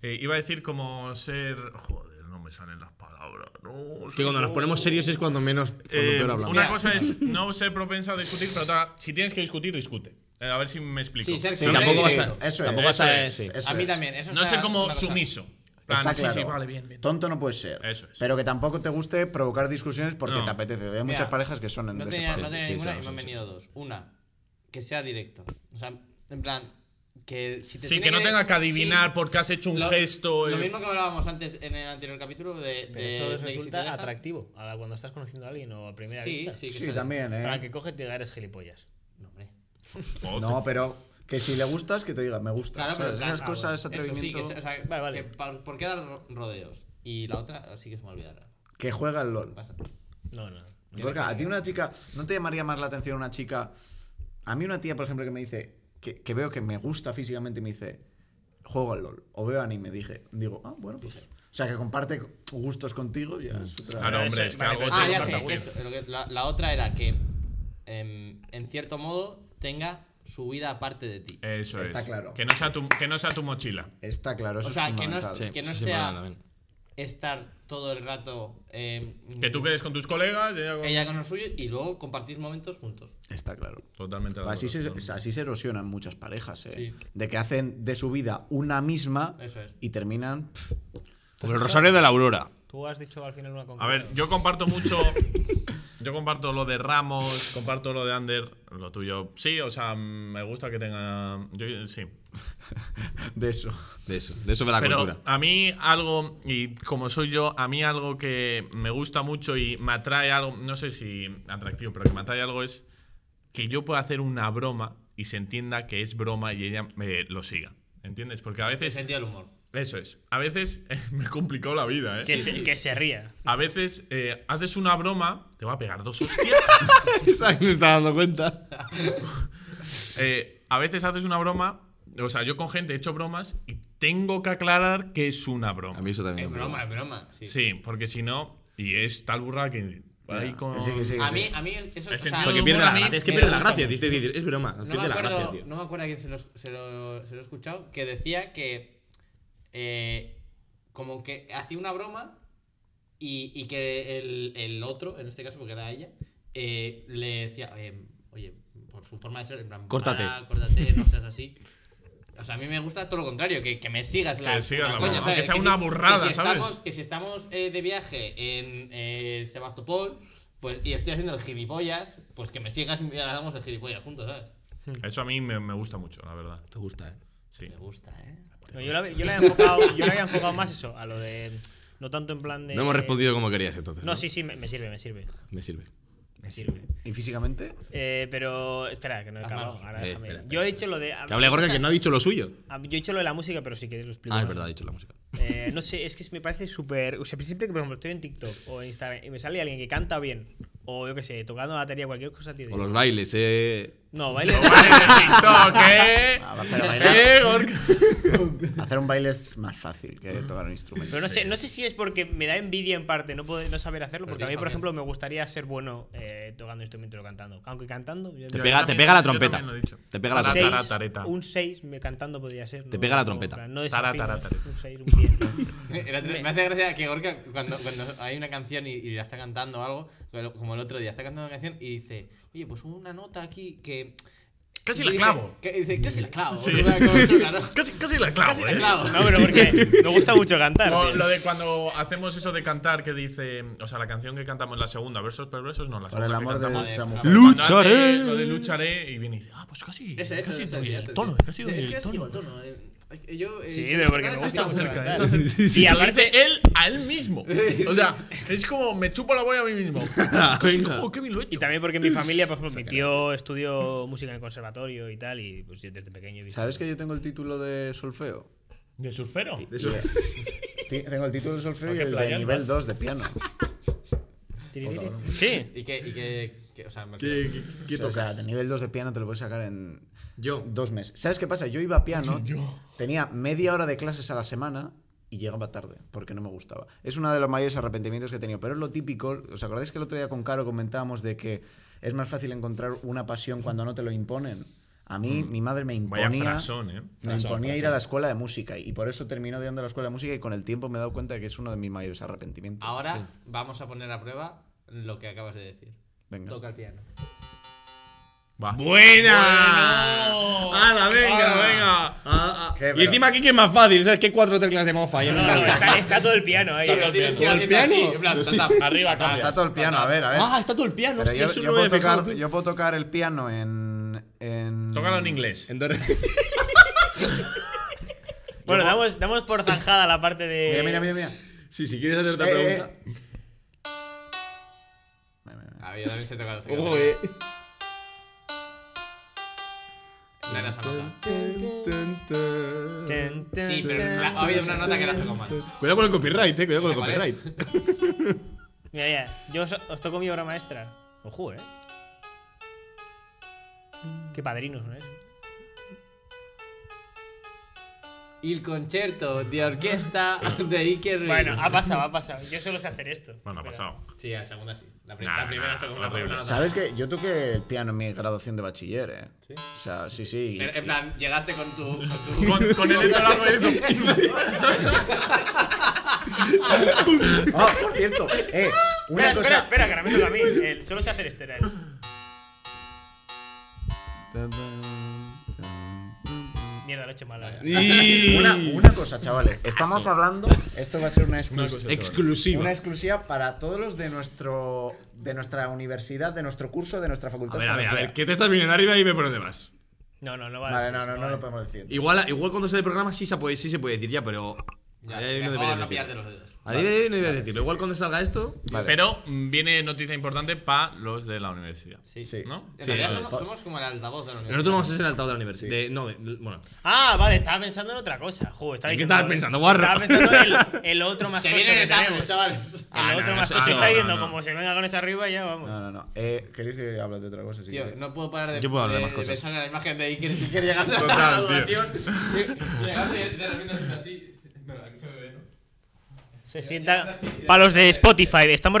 Speaker 1: eh, iba a decir como ser. Joder, no me salen las palabras. No,
Speaker 2: Que cuando nos ponemos serios es cuando menos. Cuando
Speaker 1: Eh,
Speaker 2: peor hablamos.
Speaker 1: una cosa es no ser propensa a discutir, pero otra, si tienes que discutir, discute. Eh, a ver si me explico.
Speaker 4: Sí, ser
Speaker 1: Sí,
Speaker 4: sí,
Speaker 1: tampoco
Speaker 4: sí,
Speaker 1: vas
Speaker 4: sí.
Speaker 1: a-
Speaker 5: Eso es,
Speaker 1: tampoco vas a-
Speaker 5: eso es,
Speaker 1: sí.
Speaker 5: eso
Speaker 4: A mí
Speaker 5: es.
Speaker 4: también. Eso
Speaker 1: No
Speaker 4: es
Speaker 1: sé
Speaker 4: una-
Speaker 1: cómo
Speaker 4: una cosa.
Speaker 1: sumiso. Plan,
Speaker 5: Está
Speaker 1: Ah, sí,
Speaker 5: claro.
Speaker 1: sí, vale, bien, bien.
Speaker 5: Tonto no puede ser.
Speaker 1: Eso es.
Speaker 5: Pero que tampoco te guste provocar discusiones porque
Speaker 1: No.
Speaker 5: te apetece. Hay muchas
Speaker 4: Mira,
Speaker 5: parejas que son en
Speaker 4: No
Speaker 5: de ese
Speaker 4: tenía,
Speaker 5: palo.
Speaker 4: no tenía
Speaker 2: sí,
Speaker 4: ninguna
Speaker 2: sí,
Speaker 4: y
Speaker 2: sí,
Speaker 4: me han
Speaker 2: sí,
Speaker 4: venido dos. Una, que sea directo. O sea, en plan, que si te
Speaker 1: Sí,
Speaker 4: tiene
Speaker 1: que no tenga que adivinar
Speaker 4: Sí.
Speaker 1: porque has hecho un
Speaker 4: Lo-
Speaker 1: gesto.
Speaker 4: Lo
Speaker 1: eh.
Speaker 4: mismo que hablábamos antes en el anterior capítulo de. de- de
Speaker 6: Pero
Speaker 4: que
Speaker 6: eso
Speaker 4: si Eh, te
Speaker 6: resulta
Speaker 4: dejan-
Speaker 6: atractivo a la- cuando estás conociendo a alguien o a primera
Speaker 4: Sí,
Speaker 6: vista.
Speaker 4: sí, que
Speaker 5: Sí,
Speaker 4: sea-
Speaker 5: también,
Speaker 6: Para
Speaker 5: ¿eh?
Speaker 6: que coges y te diga, eres gilipollas.
Speaker 4: No, hombre.
Speaker 1: Joder.
Speaker 5: No, pero que si le gustas, que te diga, me gusta.
Speaker 4: Claro, pero en
Speaker 5: ¿sabes?
Speaker 4: plan,
Speaker 5: Esas
Speaker 4: ah,
Speaker 5: cosas, ese
Speaker 4: Eso sí,
Speaker 5: atrevimiento.
Speaker 4: que, se- o sea,
Speaker 6: Vale, vale.
Speaker 4: que pa- ¿por qué dar ro- rodeos? Y la otra sí que se me olvidará.
Speaker 5: Que juega al LOL.
Speaker 4: Pasa.
Speaker 6: No, no.
Speaker 5: Gorka, a ti una chica, ¿no te llamaría más la atención una chica? A mí una tía, por ejemplo, que me dice, que, que veo que me gusta físicamente y me dice, juego al LOL, o veo anime, dije, digo, ah, bueno, pues... O sea, que comparte gustos contigo, ya es otra-
Speaker 1: Claro, hombre, es que
Speaker 6: vale,
Speaker 1: algo
Speaker 6: pero-
Speaker 1: se
Speaker 4: Ah, ya
Speaker 1: comporta
Speaker 4: sé.
Speaker 1: bien.
Speaker 4: esto, lo que- la, la otra era que, em, en cierto modo, tenga su vida aparte de ti.
Speaker 1: Eso
Speaker 5: Está
Speaker 1: es.
Speaker 5: claro.
Speaker 1: Que no sea tu, que no sea tu mochila.
Speaker 5: Está claro, eso
Speaker 4: O sea,
Speaker 5: es
Speaker 4: que no es-
Speaker 5: fundamental.
Speaker 2: Sí,
Speaker 4: que no
Speaker 2: eso sí me
Speaker 4: sea-
Speaker 2: hablan también.
Speaker 4: Estar todo el rato. em,
Speaker 1: Que tú quedes con tus colegas. y ella con-
Speaker 4: Ella con los suyos y luego compartir momentos juntos.
Speaker 5: Está claro.
Speaker 1: Totalmente. de
Speaker 5: Así se,
Speaker 1: acuerdo.
Speaker 5: así se erosionan muchas parejas, ¿eh?
Speaker 4: Sí.
Speaker 5: De que hacen de su vida una misma
Speaker 4: Eso es.
Speaker 5: y terminan... pff,
Speaker 2: Como el Rosario de la Aurora.
Speaker 6: Tú has dicho al final una
Speaker 1: A
Speaker 6: conclusión.
Speaker 1: ver, yo comparto mucho. Yo comparto lo de Ramos, comparto lo de Ander, lo tuyo. Sí, o sea, me gusta que tenga. Yo, sí.
Speaker 5: de eso.
Speaker 2: De eso, de eso de la
Speaker 1: Pero
Speaker 2: cultura.
Speaker 1: a mí algo, y como soy yo, a mí algo que me gusta mucho y me atrae algo, no sé si atractivo, pero que me atrae algo es que yo pueda hacer una broma y se entienda que es broma y ella me lo siga. ¿Entiendes? Porque a
Speaker 4: El
Speaker 1: veces.
Speaker 4: sentido del humor.
Speaker 1: Eso es. A veces [laughs] me complicó la vida, ¿eh?
Speaker 6: Que, se, que se ría.
Speaker 1: A veces eh, haces una broma, te va a pegar dos hostias.
Speaker 2: [laughs] Esa que me está dando cuenta.
Speaker 1: Eh, a veces haces una broma, o sea, yo con gente he hecho bromas y tengo que aclarar que es una
Speaker 2: A
Speaker 1: broma.
Speaker 2: mí eso también.
Speaker 4: Es
Speaker 2: me
Speaker 4: broma, es broma. Sí.
Speaker 1: Sí, porque si no, y es tal burra que. va ahí con-
Speaker 5: Sí, que sí, que
Speaker 4: A
Speaker 5: sí.
Speaker 4: mí, a mí es- eso
Speaker 1: El
Speaker 4: o sea,
Speaker 1: sentido
Speaker 2: Porque
Speaker 1: del
Speaker 2: pierde la
Speaker 1: humor a mí
Speaker 2: gracia. Es que
Speaker 1: me
Speaker 2: pierde la
Speaker 1: gusta
Speaker 2: gracia.
Speaker 1: mucho.
Speaker 2: tío, tío, Es broma.
Speaker 4: no, me
Speaker 2: Pierde la gracia,
Speaker 4: acuerdo,
Speaker 2: tío.
Speaker 4: no me acuerdo a quién se lo, se lo, se lo he escuchado, que decía que eh, como que hacía una broma y, y que el, el otro, en este caso porque era ella, eh, le decía, eh, oye, por su forma de ser, en plan,
Speaker 2: Córtate.
Speaker 4: "Para, córtate, no seas así. O sea, a mí me gusta todo lo contrario, que, que me sigas la,
Speaker 1: Que sigas la broma,
Speaker 4: coña,
Speaker 1: aunque
Speaker 4: ¿sabes?
Speaker 1: sea una
Speaker 4: si-
Speaker 1: burrada,
Speaker 4: que si
Speaker 1: ¿sabes?
Speaker 4: estamos- que si estamos eh, de viaje en eh, Sebastopol pues, y estoy haciendo el gilipollas, pues que me sigas y hagamos el gilipollas juntos, ¿sabes?
Speaker 1: Eso a mí me, me gusta mucho, la verdad.
Speaker 2: Te gusta, eh.
Speaker 1: Sí. [laughs]
Speaker 4: Me gusta, ¿eh?
Speaker 6: No, yo, la, yo, la había enfocado, yo la había enfocado más eso, a lo de. No tanto en plan de.
Speaker 2: No hemos respondido como querías entonces.
Speaker 6: No, sí, sí, me, me sirve, me sirve.
Speaker 2: Me sirve.
Speaker 6: Me sirve.
Speaker 5: ¿Y físicamente?
Speaker 6: Eh, pero. Espera, que no he
Speaker 4: Las
Speaker 6: acabado.
Speaker 4: manos.
Speaker 6: Ahora
Speaker 2: Eh,
Speaker 6: déjame.
Speaker 2: espera, espera,
Speaker 6: yo he dicho lo de.
Speaker 2: Que hable Gorka
Speaker 6: o sea,
Speaker 2: que no ha dicho lo suyo.
Speaker 6: a- Yo he dicho lo de la música, pero si queréis lo explico.
Speaker 2: Ah, es
Speaker 6: ¿no?
Speaker 2: verdad, ha dicho la música.
Speaker 6: Eh, no sé, es que me parece súper. O sea, siempre que, por ejemplo, estoy en TikTok o en Instagram y me sale alguien que canta bien, o yo qué sé, tocando la batería, cualquier cosa, tío.
Speaker 2: O los bailes, eh.
Speaker 6: No,
Speaker 2: [laughs]
Speaker 6: baile.
Speaker 1: Vale, TikTok, ¿eh? [laughs]
Speaker 5: Ah, va, pero bailar-
Speaker 1: Eh, Gorka.
Speaker 5: Hacer un baile es más fácil que tocar un instrumento.
Speaker 6: Pero no sé, no sé si es porque me da envidia en parte no poder, no saber hacerlo,
Speaker 4: Pero
Speaker 6: porque a mí,
Speaker 4: tienes
Speaker 6: por
Speaker 4: talento.
Speaker 6: ejemplo, me gustaría ser bueno eh, tocando instrumento o cantando. Aunque cantando, yo
Speaker 2: Te
Speaker 1: Yo
Speaker 2: pega, te
Speaker 1: también-
Speaker 2: pega la
Speaker 1: yo también
Speaker 2: trompeta.
Speaker 1: lo he dicho.
Speaker 2: Te pega la
Speaker 1: Seis.
Speaker 2: trompeta.
Speaker 1: tara, tareta.
Speaker 6: un 6 me cantando podría ser.
Speaker 2: Te
Speaker 6: no-
Speaker 2: pega la
Speaker 6: no-
Speaker 2: trompeta.
Speaker 6: en plan, No
Speaker 1: Tara,
Speaker 6: desafino,
Speaker 1: tara, tareta.
Speaker 6: Un 6, un
Speaker 4: [laughs]
Speaker 6: 10.
Speaker 4: Era- me hace gracia que Gorka, cuando, cuando hay una canción y, y la está cantando o algo, pero como el otro día, está cantando una canción y dice, oye, pues hubo una nota aquí que...
Speaker 1: Casi
Speaker 4: y
Speaker 1: la
Speaker 4: dice-
Speaker 1: clavo.
Speaker 4: Que, dice, casi la clavo.
Speaker 1: Sí.
Speaker 4: [laughs] Una
Speaker 1: [laughs]
Speaker 4: cosa, ¿no?
Speaker 1: Casi, casi la clavo,
Speaker 4: Casi la
Speaker 1: ¿eh?
Speaker 4: clavo.
Speaker 6: [laughs] No, pero porque me gusta mucho cantar.
Speaker 1: O
Speaker 6: tío.
Speaker 1: lo de cuando hacemos eso de cantar que dice, o sea, la canción que cantamos la segunda, versos perversos, no, la
Speaker 5: Por
Speaker 1: segunda
Speaker 5: el
Speaker 1: que
Speaker 5: amor de
Speaker 1: cantamos.
Speaker 5: esa mujer.
Speaker 2: Lu-
Speaker 1: Cuando hace
Speaker 2: Lucharé.
Speaker 1: Lo de lucharé y viene y dice, ah, pues casi.
Speaker 4: Ese, ese,
Speaker 1: casi
Speaker 4: ese,
Speaker 1: doy
Speaker 4: ese,
Speaker 1: el
Speaker 4: ese.
Speaker 1: tono, casi doy
Speaker 4: Es
Speaker 1: el
Speaker 4: que ha
Speaker 1: tono.
Speaker 4: sido el tono. eh. Eh, Yo, eh,
Speaker 6: Sí,
Speaker 4: yo-
Speaker 6: pero porque me
Speaker 4: ah,
Speaker 6: gusta
Speaker 4: está
Speaker 6: mucho
Speaker 4: cerca,
Speaker 6: cantar.
Speaker 4: está
Speaker 1: ¿eh?
Speaker 4: cerca.
Speaker 6: Sí,
Speaker 1: Y lo
Speaker 6: aparte-
Speaker 1: dice él a él mismo. O sea, es como me chupo la boya a mí mismo. Casi, ojo, qué bien lo he hecho.
Speaker 6: Y también porque en mi familia, por ejemplo, mi tío estudió música en el conservatorio y tal, y pues yo desde pequeño he visto-
Speaker 5: ¿Sabes que yo tengo el título de solfeo?
Speaker 1: De surfero.
Speaker 5: Y- Ti- Tengo el título de solfeo y
Speaker 1: qué
Speaker 5: el de
Speaker 1: playas
Speaker 5: nivel
Speaker 1: vas?
Speaker 5: 2
Speaker 1: [laughs]
Speaker 5: de piano.
Speaker 6: Sí.
Speaker 4: Y que, y que, que- o sea, me refiero-
Speaker 5: O sea, o sea, de nivel 2 de piano te lo puedes sacar en
Speaker 2: Yo.
Speaker 5: dos meses. ¿Sabes qué pasa? Yo iba
Speaker 1: [laughs]
Speaker 5: a piano, tenía media hora de clases a la semana y llegaba tarde porque no me gustaba. Es uno de los mayores arrepentimientos que he tenido, pero es lo típico. ¿Os acordáis que el otro día con Caro comentábamos de que es más fácil encontrar una pasión cuando no te lo imponen? A mí, mi madre me
Speaker 1: Mm. Vaya
Speaker 5: imponía.
Speaker 1: frasón, ¿eh?
Speaker 5: Me imponía ir a la escuela de música y por eso terminé odiando la escuela de música y con el tiempo me he dado cuenta de que es uno de mis mayores arrepentimientos.
Speaker 4: Ahora vamos a poner a prueba lo que acabas de decir.
Speaker 5: Venga.
Speaker 4: Toca el piano.
Speaker 1: Va.
Speaker 2: ¡Buena!
Speaker 1: Bueno.
Speaker 2: ¡Hala, venga,
Speaker 1: Hala.
Speaker 2: venga! Ah, ah.
Speaker 5: ¿Qué,
Speaker 2: y
Speaker 5: pero-
Speaker 2: encima aquí que es más fácil, ¿sabes? Que cuatro teclas de mofa y en
Speaker 6: No,
Speaker 2: una
Speaker 6: no,
Speaker 2: casa.
Speaker 6: está, está todo el piano ahí.
Speaker 1: Saca el
Speaker 4: Tienes que ir
Speaker 1: piano.
Speaker 4: haciendo
Speaker 2: piano?
Speaker 4: así, en plan,
Speaker 2: Pero sí.
Speaker 4: ta, ta, arriba,
Speaker 1: Ah,
Speaker 4: cambias.
Speaker 5: Está todo el piano, a ver, a ver.
Speaker 2: Ah, está todo el piano.
Speaker 5: Pero
Speaker 2: hostia,
Speaker 5: yo,
Speaker 2: eso
Speaker 5: yo
Speaker 2: no
Speaker 5: puedo
Speaker 2: me he fijado,
Speaker 5: tocar,
Speaker 2: tío.
Speaker 5: yo puedo tocar el piano en. en
Speaker 1: Tócalo en inglés.
Speaker 2: En dos-
Speaker 6: Bueno, damos, damos por zanjada la parte de.
Speaker 5: Mira, mira, mira. mira.
Speaker 2: Sí, [laughs] si quieres hacer otra
Speaker 5: Eh,
Speaker 2: pregunta.
Speaker 4: A ver, yo también sé tocar los teclados.
Speaker 2: Ojo, eh.
Speaker 4: No era esa nota.
Speaker 6: Ten, ten,
Speaker 4: Sí, pero
Speaker 6: ten,
Speaker 4: la- ha habido una nota que la has tocado mal.
Speaker 2: Cuidado con el copyright, eh. Cuidado con el
Speaker 4: ¿Cuál es?
Speaker 2: copyright.
Speaker 6: Mira, mira, yo os, os toco mi obra maestra. Ojo, eh. Qué padrinos son esos.
Speaker 4: Y el concierto de orquesta de Iker.
Speaker 6: Bueno, ha pasado, ha pasado. Yo solo sé hacer esto.
Speaker 1: Bueno, ha
Speaker 6: Pero-
Speaker 1: pasado.
Speaker 4: Sí, la segunda sí. La, prim-
Speaker 1: Nah,
Speaker 4: la primera
Speaker 1: nah,
Speaker 4: está con
Speaker 1: horrible.
Speaker 4: una
Speaker 5: ¿Sabes qué? Yo toqué el piano en mi graduación de bachiller, eh.
Speaker 4: ¿Sí? Eh,
Speaker 5: O sea, sí, sí. y-
Speaker 4: En, en plan, llegaste con tu. Con, tu,
Speaker 1: Con, con el dedo largo y
Speaker 5: Ah, por cierto, eh. Una
Speaker 6: Espera,
Speaker 5: cosa.
Speaker 6: espera, espera, que ahora me toca a mí. El- solo sé hacer esto. era el-
Speaker 5: Tan, tan, tan.
Speaker 6: Mierda, lo he hecho mal. ahora.
Speaker 5: [laughs] Una, una cosa, chavales. Estamos hablando. Esto va a ser una exclusiva.
Speaker 2: Exclusiva.
Speaker 5: Una exclusiva para todos los de nuestro de nuestra universidad, de nuestro curso, de nuestra facultad.
Speaker 2: A ver, a ver, a ver.
Speaker 5: ¿qué?
Speaker 2: ¿Qué te estás viniendo arriba y ve por dónde vas?
Speaker 6: No, no, no va.
Speaker 5: Vale, no, no, no lo podemos decir.
Speaker 2: Igual, igual cuando sale el programa sí se puede, sí se puede decir ya, pero.
Speaker 4: Ya,
Speaker 2: a día de hoy
Speaker 4: mejor
Speaker 2: deberías
Speaker 4: no
Speaker 2: decir.
Speaker 4: pillarte los dedos.
Speaker 2: A día de hoy no deberías decirlo. Igual cuando salga esto.
Speaker 5: Vale.
Speaker 1: Pero mm, viene noticia importante para los de la universidad.
Speaker 4: Sí,
Speaker 5: Sí.
Speaker 1: ¿No?
Speaker 4: En
Speaker 1: Sí,
Speaker 4: realidad
Speaker 1: eso
Speaker 4: somos, somos como el altavoz de la universidad.
Speaker 2: Nosotros vamos a ser el altavoz de la universidad. de- no, de- bueno.
Speaker 6: Ah, vale, estaba pensando en otra cosa. Jo, estaba
Speaker 2: ¿En qué
Speaker 6: diciendo-
Speaker 2: estabas pensando, guarro?
Speaker 6: Estaba pensando
Speaker 2: [laughs]
Speaker 6: en el, el otro más
Speaker 4: Se
Speaker 6: tocho
Speaker 4: vienen
Speaker 6: que
Speaker 4: exámenes,
Speaker 6: tenemos.
Speaker 4: chavales.
Speaker 2: Ah,
Speaker 6: el
Speaker 2: no,
Speaker 6: otro
Speaker 2: no,
Speaker 6: más
Speaker 2: eso-
Speaker 6: tocho.
Speaker 2: ah,
Speaker 6: está
Speaker 2: no,
Speaker 6: diciendo,
Speaker 2: no. Ah.
Speaker 6: como se venga con esa arriba, ya vamos.
Speaker 5: No, no, no. Eh, ¿Queréis que hable de otra cosa? Si
Speaker 4: Tío,
Speaker 5: queréis?
Speaker 4: no puedo parar de,
Speaker 2: Yo puedo hablar
Speaker 4: de-
Speaker 2: más
Speaker 4: de
Speaker 2: cosas.
Speaker 4: pensar en la imagen de Iker, Iker llegando a la
Speaker 1: Total, tío.
Speaker 4: graduación.
Speaker 1: [laughs]
Speaker 4: Llegando y de repente haciendo así. Bueno, aquí se me ve, ¿no?
Speaker 6: Se sienta. Para los de Spotify, estamos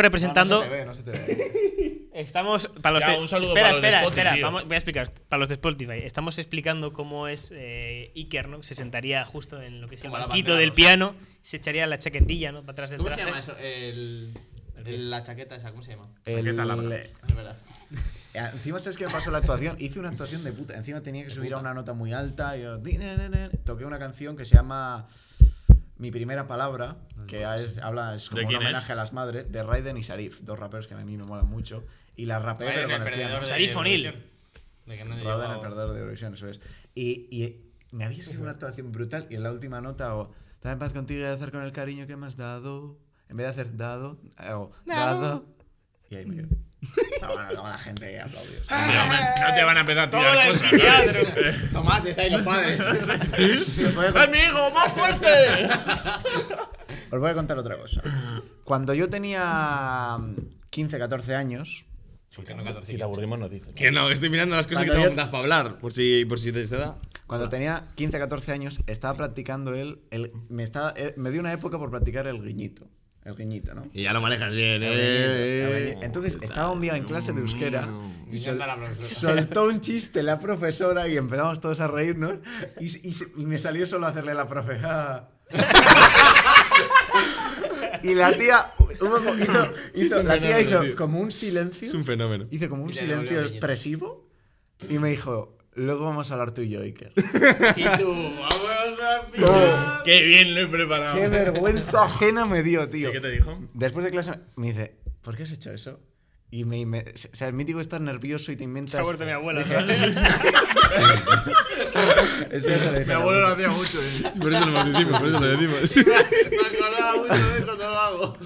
Speaker 5: No, no
Speaker 6: representando.
Speaker 5: se te ve, no se te ve.
Speaker 6: Estamos. Para los
Speaker 1: Ya,
Speaker 6: de-
Speaker 1: un saludo
Speaker 6: espera,
Speaker 1: para los de
Speaker 6: espera,
Speaker 1: Spotify,
Speaker 6: espera.
Speaker 1: tío.
Speaker 6: Vamos, voy a explicar. Para los de Spotify, estamos explicando cómo es eh, Iker, ¿no? Se sentaría justo en lo que es el
Speaker 4: Como la
Speaker 6: banquito
Speaker 4: bandera
Speaker 6: del
Speaker 4: rosa.
Speaker 6: piano, se echaría la chaquetilla, ¿no? Para atrás del
Speaker 4: ¿Cómo se
Speaker 6: traje.
Speaker 4: llama eso? El, el- la chaqueta esa, ¿cómo se llama?
Speaker 1: Chaqueta
Speaker 5: El-
Speaker 1: larga.
Speaker 4: Es verdad.
Speaker 5: eh, Encima, ¿sabes qué me pasó la actuación? Hice una actuación de puta. Encima tenía que subir a una nota muy alta. y yo- Toqué una canción que se llama Mi primera palabra, que es, habla, es como
Speaker 1: ¿De
Speaker 5: un
Speaker 1: quién es?
Speaker 5: homenaje a las madres, de Raiden y Sharif, dos raperos que a mí me molan mucho. Y la rapeé, pero con el piano.
Speaker 6: Sharif O'Neal.
Speaker 4: De que no
Speaker 5: Raiden,
Speaker 4: llegó-
Speaker 5: el perdedor de Eurovisión, eso es. Y, y me había salido una actuación brutal y en la última nota hago, dame paz contigo y hacer con el cariño que me has dado. En vez de hacer dado, hago dado. Y ahí me quedo. Ah, bueno, luego la gente aplaudió.
Speaker 1: Hombre, hombre, no te van a empezar a
Speaker 6: Todo
Speaker 1: tirar
Speaker 6: el
Speaker 1: cosas.
Speaker 6: anfiteatro.
Speaker 4: Tomates ahí
Speaker 1: [laughs]
Speaker 4: los padres.
Speaker 5: Os voy a
Speaker 1: ¿no? [laughs]
Speaker 5: con-
Speaker 1: ¡Amigo, más fuerte!
Speaker 5: Os voy a contar otra cosa. Cuando yo tenía 15, 14 años,
Speaker 4: Porque no 14.
Speaker 1: aburrimos, nos dices.
Speaker 2: Que no, estoy mirando las cosas que
Speaker 5: Cuando
Speaker 2: te
Speaker 5: yo-
Speaker 2: apuntas para hablar. Por si, por si te se da.
Speaker 5: Cuando tenía 15, 14 años, estaba practicando el. el- me, estaba, eh, me dio una época por practicar el guiñito. El guiñito, ¿no?
Speaker 2: Y ya lo manejas bien,
Speaker 5: El guiñito, el
Speaker 2: eh.
Speaker 5: guiñito. Entonces estaba un día en clase de euskera y
Speaker 4: Guiñando a la
Speaker 5: sol-
Speaker 4: profesora.
Speaker 5: soltó un chiste la profesora y empezamos todos a reírnos y, s- y se- y me salió solo hacerle a la profe. "Ah". y la tía hubo como- hizo, hizo-
Speaker 2: un
Speaker 5: la tía
Speaker 2: fenómeno,
Speaker 5: hizo
Speaker 2: tío.
Speaker 5: como un silencio
Speaker 2: Es un fenómeno.
Speaker 5: Hice como un
Speaker 4: Y le devolvió
Speaker 5: silencio
Speaker 4: el guiñito.
Speaker 5: expresivo y me dijo, luego vamos a hablar tú y yo, Iker.
Speaker 4: [laughs] Y tú, vamos a
Speaker 5: Oh,
Speaker 1: ¡Qué bien lo he preparado!
Speaker 5: ¡Qué vergüenza ajena me dio, tío!
Speaker 1: ¿Y ¿Qué te dijo?
Speaker 5: Después de clase me dice, ¿por qué has hecho eso? Y me, me- o sea, el mítico estar nervioso y te inventas...
Speaker 6: Se ha vuelto
Speaker 4: [laughs]
Speaker 6: mi abuela.
Speaker 5: Dije, Eso ya se lo dije a mi abuelo.
Speaker 1: hacía mucho. ¿eh?
Speaker 2: Por eso lo decimos, por eso lo
Speaker 5: [laughs]
Speaker 2: decimos.
Speaker 4: Me acordaba mucho de cuando lo hago.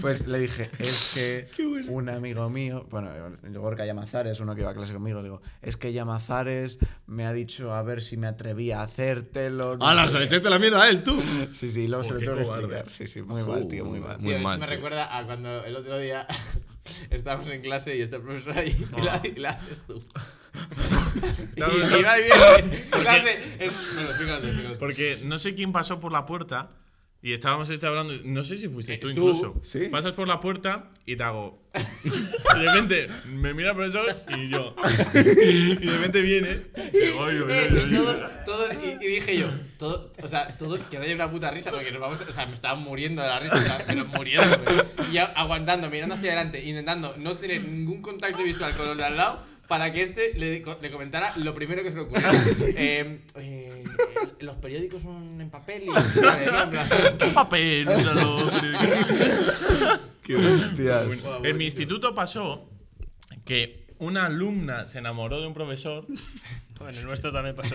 Speaker 5: Pues le dije, [laughs] es que un amigo mío, bueno, Gorka Llamazares, uno que iba a clase conmigo, le digo, es que Llamazares me ha dicho a ver si me atrevía a hacértelo. no
Speaker 2: ¡Hala!
Speaker 5: sé
Speaker 2: O sea,
Speaker 5: qué".
Speaker 2: le echaste la mierda a él, tú.
Speaker 5: Sí, sí, luego se lo
Speaker 1: qué
Speaker 5: tengo que
Speaker 1: cobarde.
Speaker 5: explicar. Sí, sí, muy mal, tío, muy mal.
Speaker 2: Muy
Speaker 4: Tío,
Speaker 2: mal,
Speaker 4: eso me
Speaker 2: tío.
Speaker 4: recuerda a cuando el otro día [laughs] estábamos en clase y está el profesor
Speaker 2: [laughs]
Speaker 4: ahí y la, y la haces tú. [laughs] y,
Speaker 1: Claro,
Speaker 4: y
Speaker 1: eso- [laughs]
Speaker 4: va bien. La hace- es- Bueno, fíjate, fíjate.
Speaker 1: Porque no sé quién pasó por la puerta y estábamos ahorita hablando. No sé si fuiste
Speaker 4: Eh,
Speaker 1: tú,
Speaker 4: tú.
Speaker 1: incluso.
Speaker 5: Sí.
Speaker 1: Pasas por la puerta y te hago. [laughs] De repente me mira el profesor y yo. [laughs] Y de repente viene. y digo, "Oye, oye, oye,
Speaker 4: Eh,
Speaker 1: oye".
Speaker 4: [laughs] todos, todos, y, y dije yo, todo, o sea, todos que no haya una puta risa porque nos vamos, o sea, me estaba muriendo de la risa, o sea, pero muriendo, pero- y a- aguantando, mirando hacia adelante, intentando no tener ningún contacto visual con los de al lado para que este le, le comentara lo primero que se le ocurrió. Eh, eh, los periódicos son en papel y.
Speaker 1: ¿Qué papel usan los [laughs] periódicos?
Speaker 5: Qué hostias.
Speaker 1: En mi instituto pasó que una alumna se enamoró de un profesor.
Speaker 6: [laughs] Bueno, el nuestro también pasó.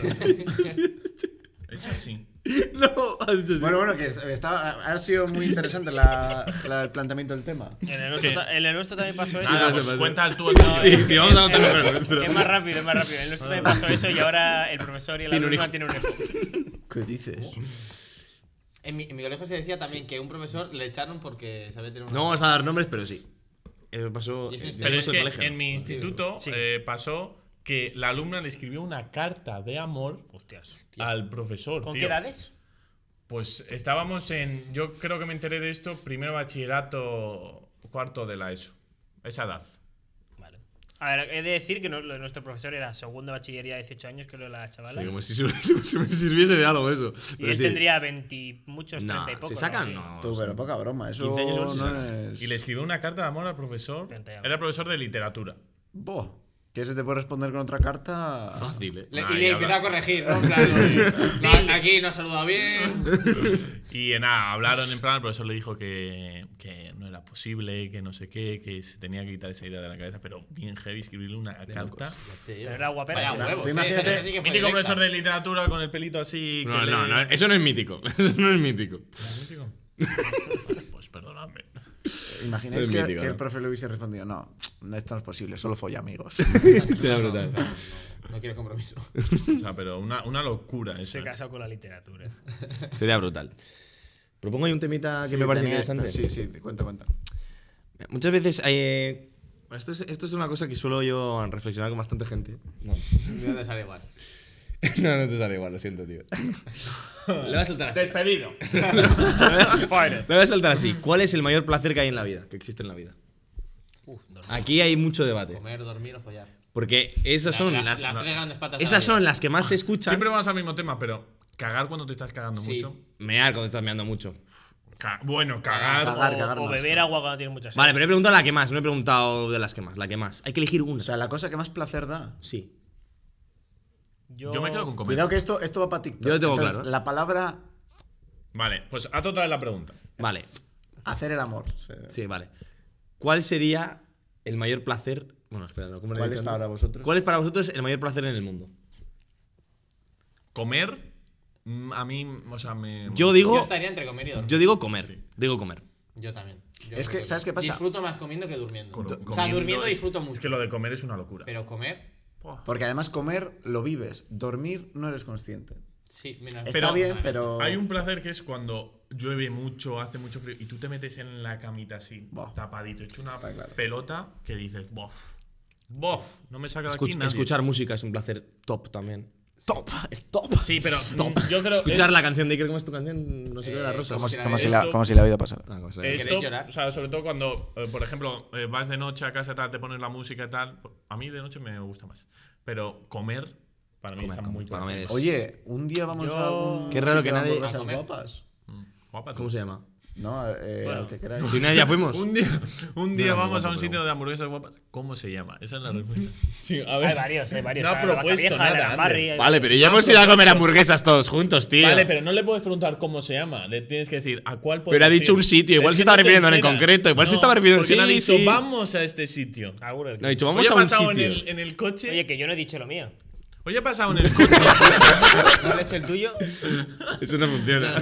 Speaker 1: Es así.
Speaker 2: No, hasta-
Speaker 5: Bueno, bueno, que estaba, ha sido muy interesante la, la- el planteamiento del tema.
Speaker 6: En el nuestro,
Speaker 1: ¿Qué?
Speaker 6: ta- en el nuestro también pasó eso.
Speaker 1: Nada,
Speaker 2: sí,
Speaker 1: pues
Speaker 2: [laughs] sí.
Speaker 1: cuenta tú el tema de-
Speaker 2: Sí, sí,
Speaker 6: [laughs]
Speaker 2: vamos a contarlo con el nuestro.
Speaker 6: Es más rápido, es más rápido. En el nuestro también pasó eso y ahora el profesor y la
Speaker 2: Tiene un
Speaker 6: alumna
Speaker 2: hijo.
Speaker 6: tienen un hijo.
Speaker 2: [laughs]
Speaker 5: ¿Qué dices?
Speaker 4: En mi, en mi colegio se decía también que un profesor le echaron porque sabía tener una.
Speaker 2: No vamos a dar nombres, pero sí. Eso pasó
Speaker 4: Y es
Speaker 2: en
Speaker 4: una
Speaker 1: Pero
Speaker 4: historia.
Speaker 2: el
Speaker 1: es
Speaker 2: curso de
Speaker 1: que
Speaker 2: colegio.
Speaker 1: en mi instituto
Speaker 6: Sí.
Speaker 1: eh, pasó que la alumna le escribió una carta de amor
Speaker 6: Hostias.
Speaker 1: al profesor.
Speaker 6: ¿Con
Speaker 1: tío.
Speaker 6: qué edades?
Speaker 1: Pues estábamos en. Yo creo que me enteré de esto, primero bachillerato, cuarto de la ESO. Esa edad.
Speaker 6: Vale. A ver, he de decir que no- lo de nuestro profesor era segundo de bachillería de 18 años, que lo de la chavala.
Speaker 2: Sí, [laughs] como si, sirvi- si- si me sirviese de algo eso.
Speaker 6: y
Speaker 2: Pero
Speaker 6: él
Speaker 2: sí.
Speaker 6: tendría 20, muchos,
Speaker 2: No,
Speaker 6: 30 y poco.
Speaker 2: ¿se sacan?
Speaker 6: Sí.
Speaker 2: No.
Speaker 5: Tú, pero poca broma, eso
Speaker 2: 15 años igual se
Speaker 5: no
Speaker 2: saca.
Speaker 5: es...
Speaker 1: Y le escribió una carta de amor al profesor.
Speaker 6: Treinta y algo.
Speaker 1: Era profesor de literatura.
Speaker 5: Boh, que se te puede responder con otra carta...
Speaker 2: Fácil, eh.
Speaker 4: Le-
Speaker 1: Ah,
Speaker 4: y
Speaker 1: ya
Speaker 4: le empezó
Speaker 1: habla.
Speaker 4: a corregir, ¿no? En plan, no, no, aquí no ha saludado bien.
Speaker 1: Y eh, nada, hablaron en plan, el profesor le dijo que, que no era posible, que no sé qué, que se tenía que quitar esa idea de la cabeza, pero bien heavy escribirle una carta.
Speaker 4: Pero
Speaker 6: era guapera, sí.
Speaker 4: Vaya huevos.
Speaker 5: Tú
Speaker 4: sí,
Speaker 5: imagínate-
Speaker 4: esa- esa sí que fue
Speaker 1: Mítico
Speaker 4: directa.
Speaker 1: profesor de literatura con el pelito así.
Speaker 2: No,
Speaker 1: que
Speaker 2: no,
Speaker 1: le-
Speaker 2: no, eso no es mítico. [laughs] Eso no es mítico.
Speaker 1: ¿Mítico? Vale, pues perdonadme.
Speaker 5: Imagináis
Speaker 2: Es
Speaker 5: que,
Speaker 2: mítico,
Speaker 5: que
Speaker 2: ¿no?
Speaker 5: el profe le hubiese respondido, no, no, esto no es posible, solo folla amigos.
Speaker 2: [laughs] Será
Speaker 4: No,
Speaker 2: brutal.
Speaker 4: no, no, no, no quiero compromiso.
Speaker 1: O sea, pero una, una locura eso.
Speaker 6: Se
Speaker 1: ¿eh?
Speaker 6: casó con la literatura.
Speaker 2: Sería brutal. Propongo ahí un temita que
Speaker 5: Sí,
Speaker 2: me parece
Speaker 5: tenía-
Speaker 2: interesante.
Speaker 5: Sí, sí, cuenta, cuenta.
Speaker 2: Muchas veces. eh, esto, es, esto es una cosa que suelo yo reflexionar con bastante gente. No,
Speaker 4: No te sale igual.
Speaker 2: [laughs] no, no te sale igual, lo siento, tío. Le voy a saltar
Speaker 1: [laughs]
Speaker 2: así.
Speaker 1: Despedido.
Speaker 4: [laughs]
Speaker 2: Le voy a saltar así. ¿Cuál es el mayor placer que hay en la vida? Que existe en la vida.
Speaker 4: Uf, dormir,
Speaker 2: Aquí hay mucho debate.
Speaker 4: comer, dormir o follar.
Speaker 2: Porque esas
Speaker 4: Las-
Speaker 2: son
Speaker 4: las-
Speaker 2: las.
Speaker 4: las tres grandes patas de la
Speaker 2: Esas
Speaker 4: vida.
Speaker 2: son las que más se escuchan.
Speaker 1: Siempre vamos al mismo tema, pero cagar cuando te estás cagando
Speaker 4: Sí.
Speaker 1: mucho.
Speaker 2: Mear cuando estás meando mucho.
Speaker 1: Ca- bueno, cagar.
Speaker 5: Cagar,
Speaker 6: o,
Speaker 5: cagar
Speaker 6: o
Speaker 5: más,
Speaker 6: beber
Speaker 5: claro.
Speaker 6: agua cuando tienes muchas
Speaker 2: Vale, pero he preguntado la que más, no he preguntado de las que más. La que más. Hay que elegir una.
Speaker 5: O sea, la cosa que más placer da.
Speaker 2: sí.
Speaker 6: Yo,
Speaker 1: Yo me quedo con comer.
Speaker 5: Cuidado que esto, esto va para TikTok.
Speaker 2: Yo lo tengo
Speaker 5: Entonces,
Speaker 2: claro.
Speaker 5: La palabra
Speaker 1: Vale, pues haz otra vez la pregunta.
Speaker 2: Vale.
Speaker 5: hacer el amor.
Speaker 2: Sí, vale. ¿Cuál sería el mayor placer? Bueno, espera, no, ¿cómo lo he
Speaker 5: ¿Cuál
Speaker 2: dicho
Speaker 5: es para
Speaker 2: antes?
Speaker 5: vosotros?
Speaker 2: ¿Cuál es para vosotros el mayor placer en el mundo?
Speaker 1: Comer, mm, a mí, o sea, me.
Speaker 2: Yo
Speaker 4: Yo
Speaker 2: digo,
Speaker 4: estaría entre comer y dormir.
Speaker 2: yo digo comer. Digo comer.
Speaker 4: Yo también. Yo
Speaker 5: Es que,
Speaker 4: creo
Speaker 5: ¿sabes qué pasa?
Speaker 4: Disfruto más comiendo que durmiendo.
Speaker 1: Cor-
Speaker 4: o sea,
Speaker 1: comiendo
Speaker 4: durmiendo
Speaker 1: es-
Speaker 4: disfruto
Speaker 1: Es
Speaker 4: mucho.
Speaker 1: que lo de comer es una locura.
Speaker 4: Pero comer,
Speaker 5: Porque además comer lo vives, dormir no eres consciente.
Speaker 4: sí, mira.
Speaker 5: Está
Speaker 1: Pero-
Speaker 5: bien, pero.
Speaker 1: Hay un placer que es cuando llueve mucho, hace mucho frío, y tú te metes en la camita así,
Speaker 5: Buah.
Speaker 1: tapadito, hecho una
Speaker 5: Está claro.
Speaker 1: pelota que dices, bof, bof, no me saca de
Speaker 2: Escuch-
Speaker 1: aquí nadie.
Speaker 2: escuchar música es un placer top también. Top, es [laughs] top.
Speaker 1: Sí, pero mm, yo creo
Speaker 2: Escuchar
Speaker 1: es-
Speaker 2: la canción de Iker, ¿cómo es tu canción? No sé qué,
Speaker 4: Eh,
Speaker 2: la rosa.
Speaker 4: ¿cómo
Speaker 2: Ah,
Speaker 5: Como
Speaker 4: se-
Speaker 5: si, como si
Speaker 1: Esto-
Speaker 5: la, como si la vida pasara.
Speaker 2: Una cosa,
Speaker 4: Eh,
Speaker 1: Esto,
Speaker 4: ¿Queréis llorar?
Speaker 1: o sea, sobre todo cuando, eh, por ejemplo, eh, vas de noche a casa, tal, te pones la música y tal. pues, A mí de noche me gusta más. Pero comer, para mí
Speaker 2: Comer,
Speaker 1: está
Speaker 2: comer,
Speaker 1: muy
Speaker 2: para
Speaker 1: claro.
Speaker 2: mí es-
Speaker 5: Oye, un día vamos
Speaker 6: Yo-
Speaker 5: a un.
Speaker 2: Qué raro
Speaker 5: sitio
Speaker 2: que
Speaker 5: de
Speaker 2: nadie-
Speaker 5: hamburguesas
Speaker 4: a comer.
Speaker 5: guapas.
Speaker 1: Mm, Guapa, tú.
Speaker 2: ¿Cómo se llama?
Speaker 5: No, eh,
Speaker 6: Bueno.
Speaker 5: al que queráis.
Speaker 2: Si una vez ya fuimos.
Speaker 1: Un día, un día
Speaker 2: No, no,
Speaker 1: vamos
Speaker 2: guapa,
Speaker 1: a un
Speaker 2: pero-
Speaker 1: sitio de hamburguesas guapas. ¿cómo se llama? Esa es la respuesta.
Speaker 6: Hay varios, hay varios.
Speaker 1: No ha
Speaker 6: Está la vaca
Speaker 1: propuesto
Speaker 6: vieja,
Speaker 1: nada,
Speaker 6: la
Speaker 1: Ander.
Speaker 6: Barry, hay-
Speaker 2: Vale, pero ya hemos ido a comer hamburguesas todos juntos, tío.
Speaker 1: Vale, pero no le puedes preguntar cómo se llama. Le tienes que decir a cuál
Speaker 2: Pero ha dicho
Speaker 1: podemos ir.
Speaker 2: un sitio, igual
Speaker 1: Es
Speaker 2: se
Speaker 1: que
Speaker 2: estaba
Speaker 1: no te
Speaker 2: refiriendo en
Speaker 1: enteras.
Speaker 2: concreto, igual se estaba refiriendo-
Speaker 1: porque no ha
Speaker 2: sí,
Speaker 1: dicho
Speaker 2: sí.
Speaker 1: vamos a este sitio.
Speaker 6: Alguno del-
Speaker 2: No, he dicho,
Speaker 1: Hoy
Speaker 2: vamos
Speaker 1: pues he
Speaker 2: a un
Speaker 1: pasado
Speaker 2: sitio.
Speaker 1: En, el, en el coche.
Speaker 6: Oye, que yo no he dicho lo mío.
Speaker 1: Hoy he
Speaker 6: [laughs]
Speaker 1: pasado en el coche.
Speaker 6: ¿Cuál es el tuyo?
Speaker 2: [laughs] Eso no funciona.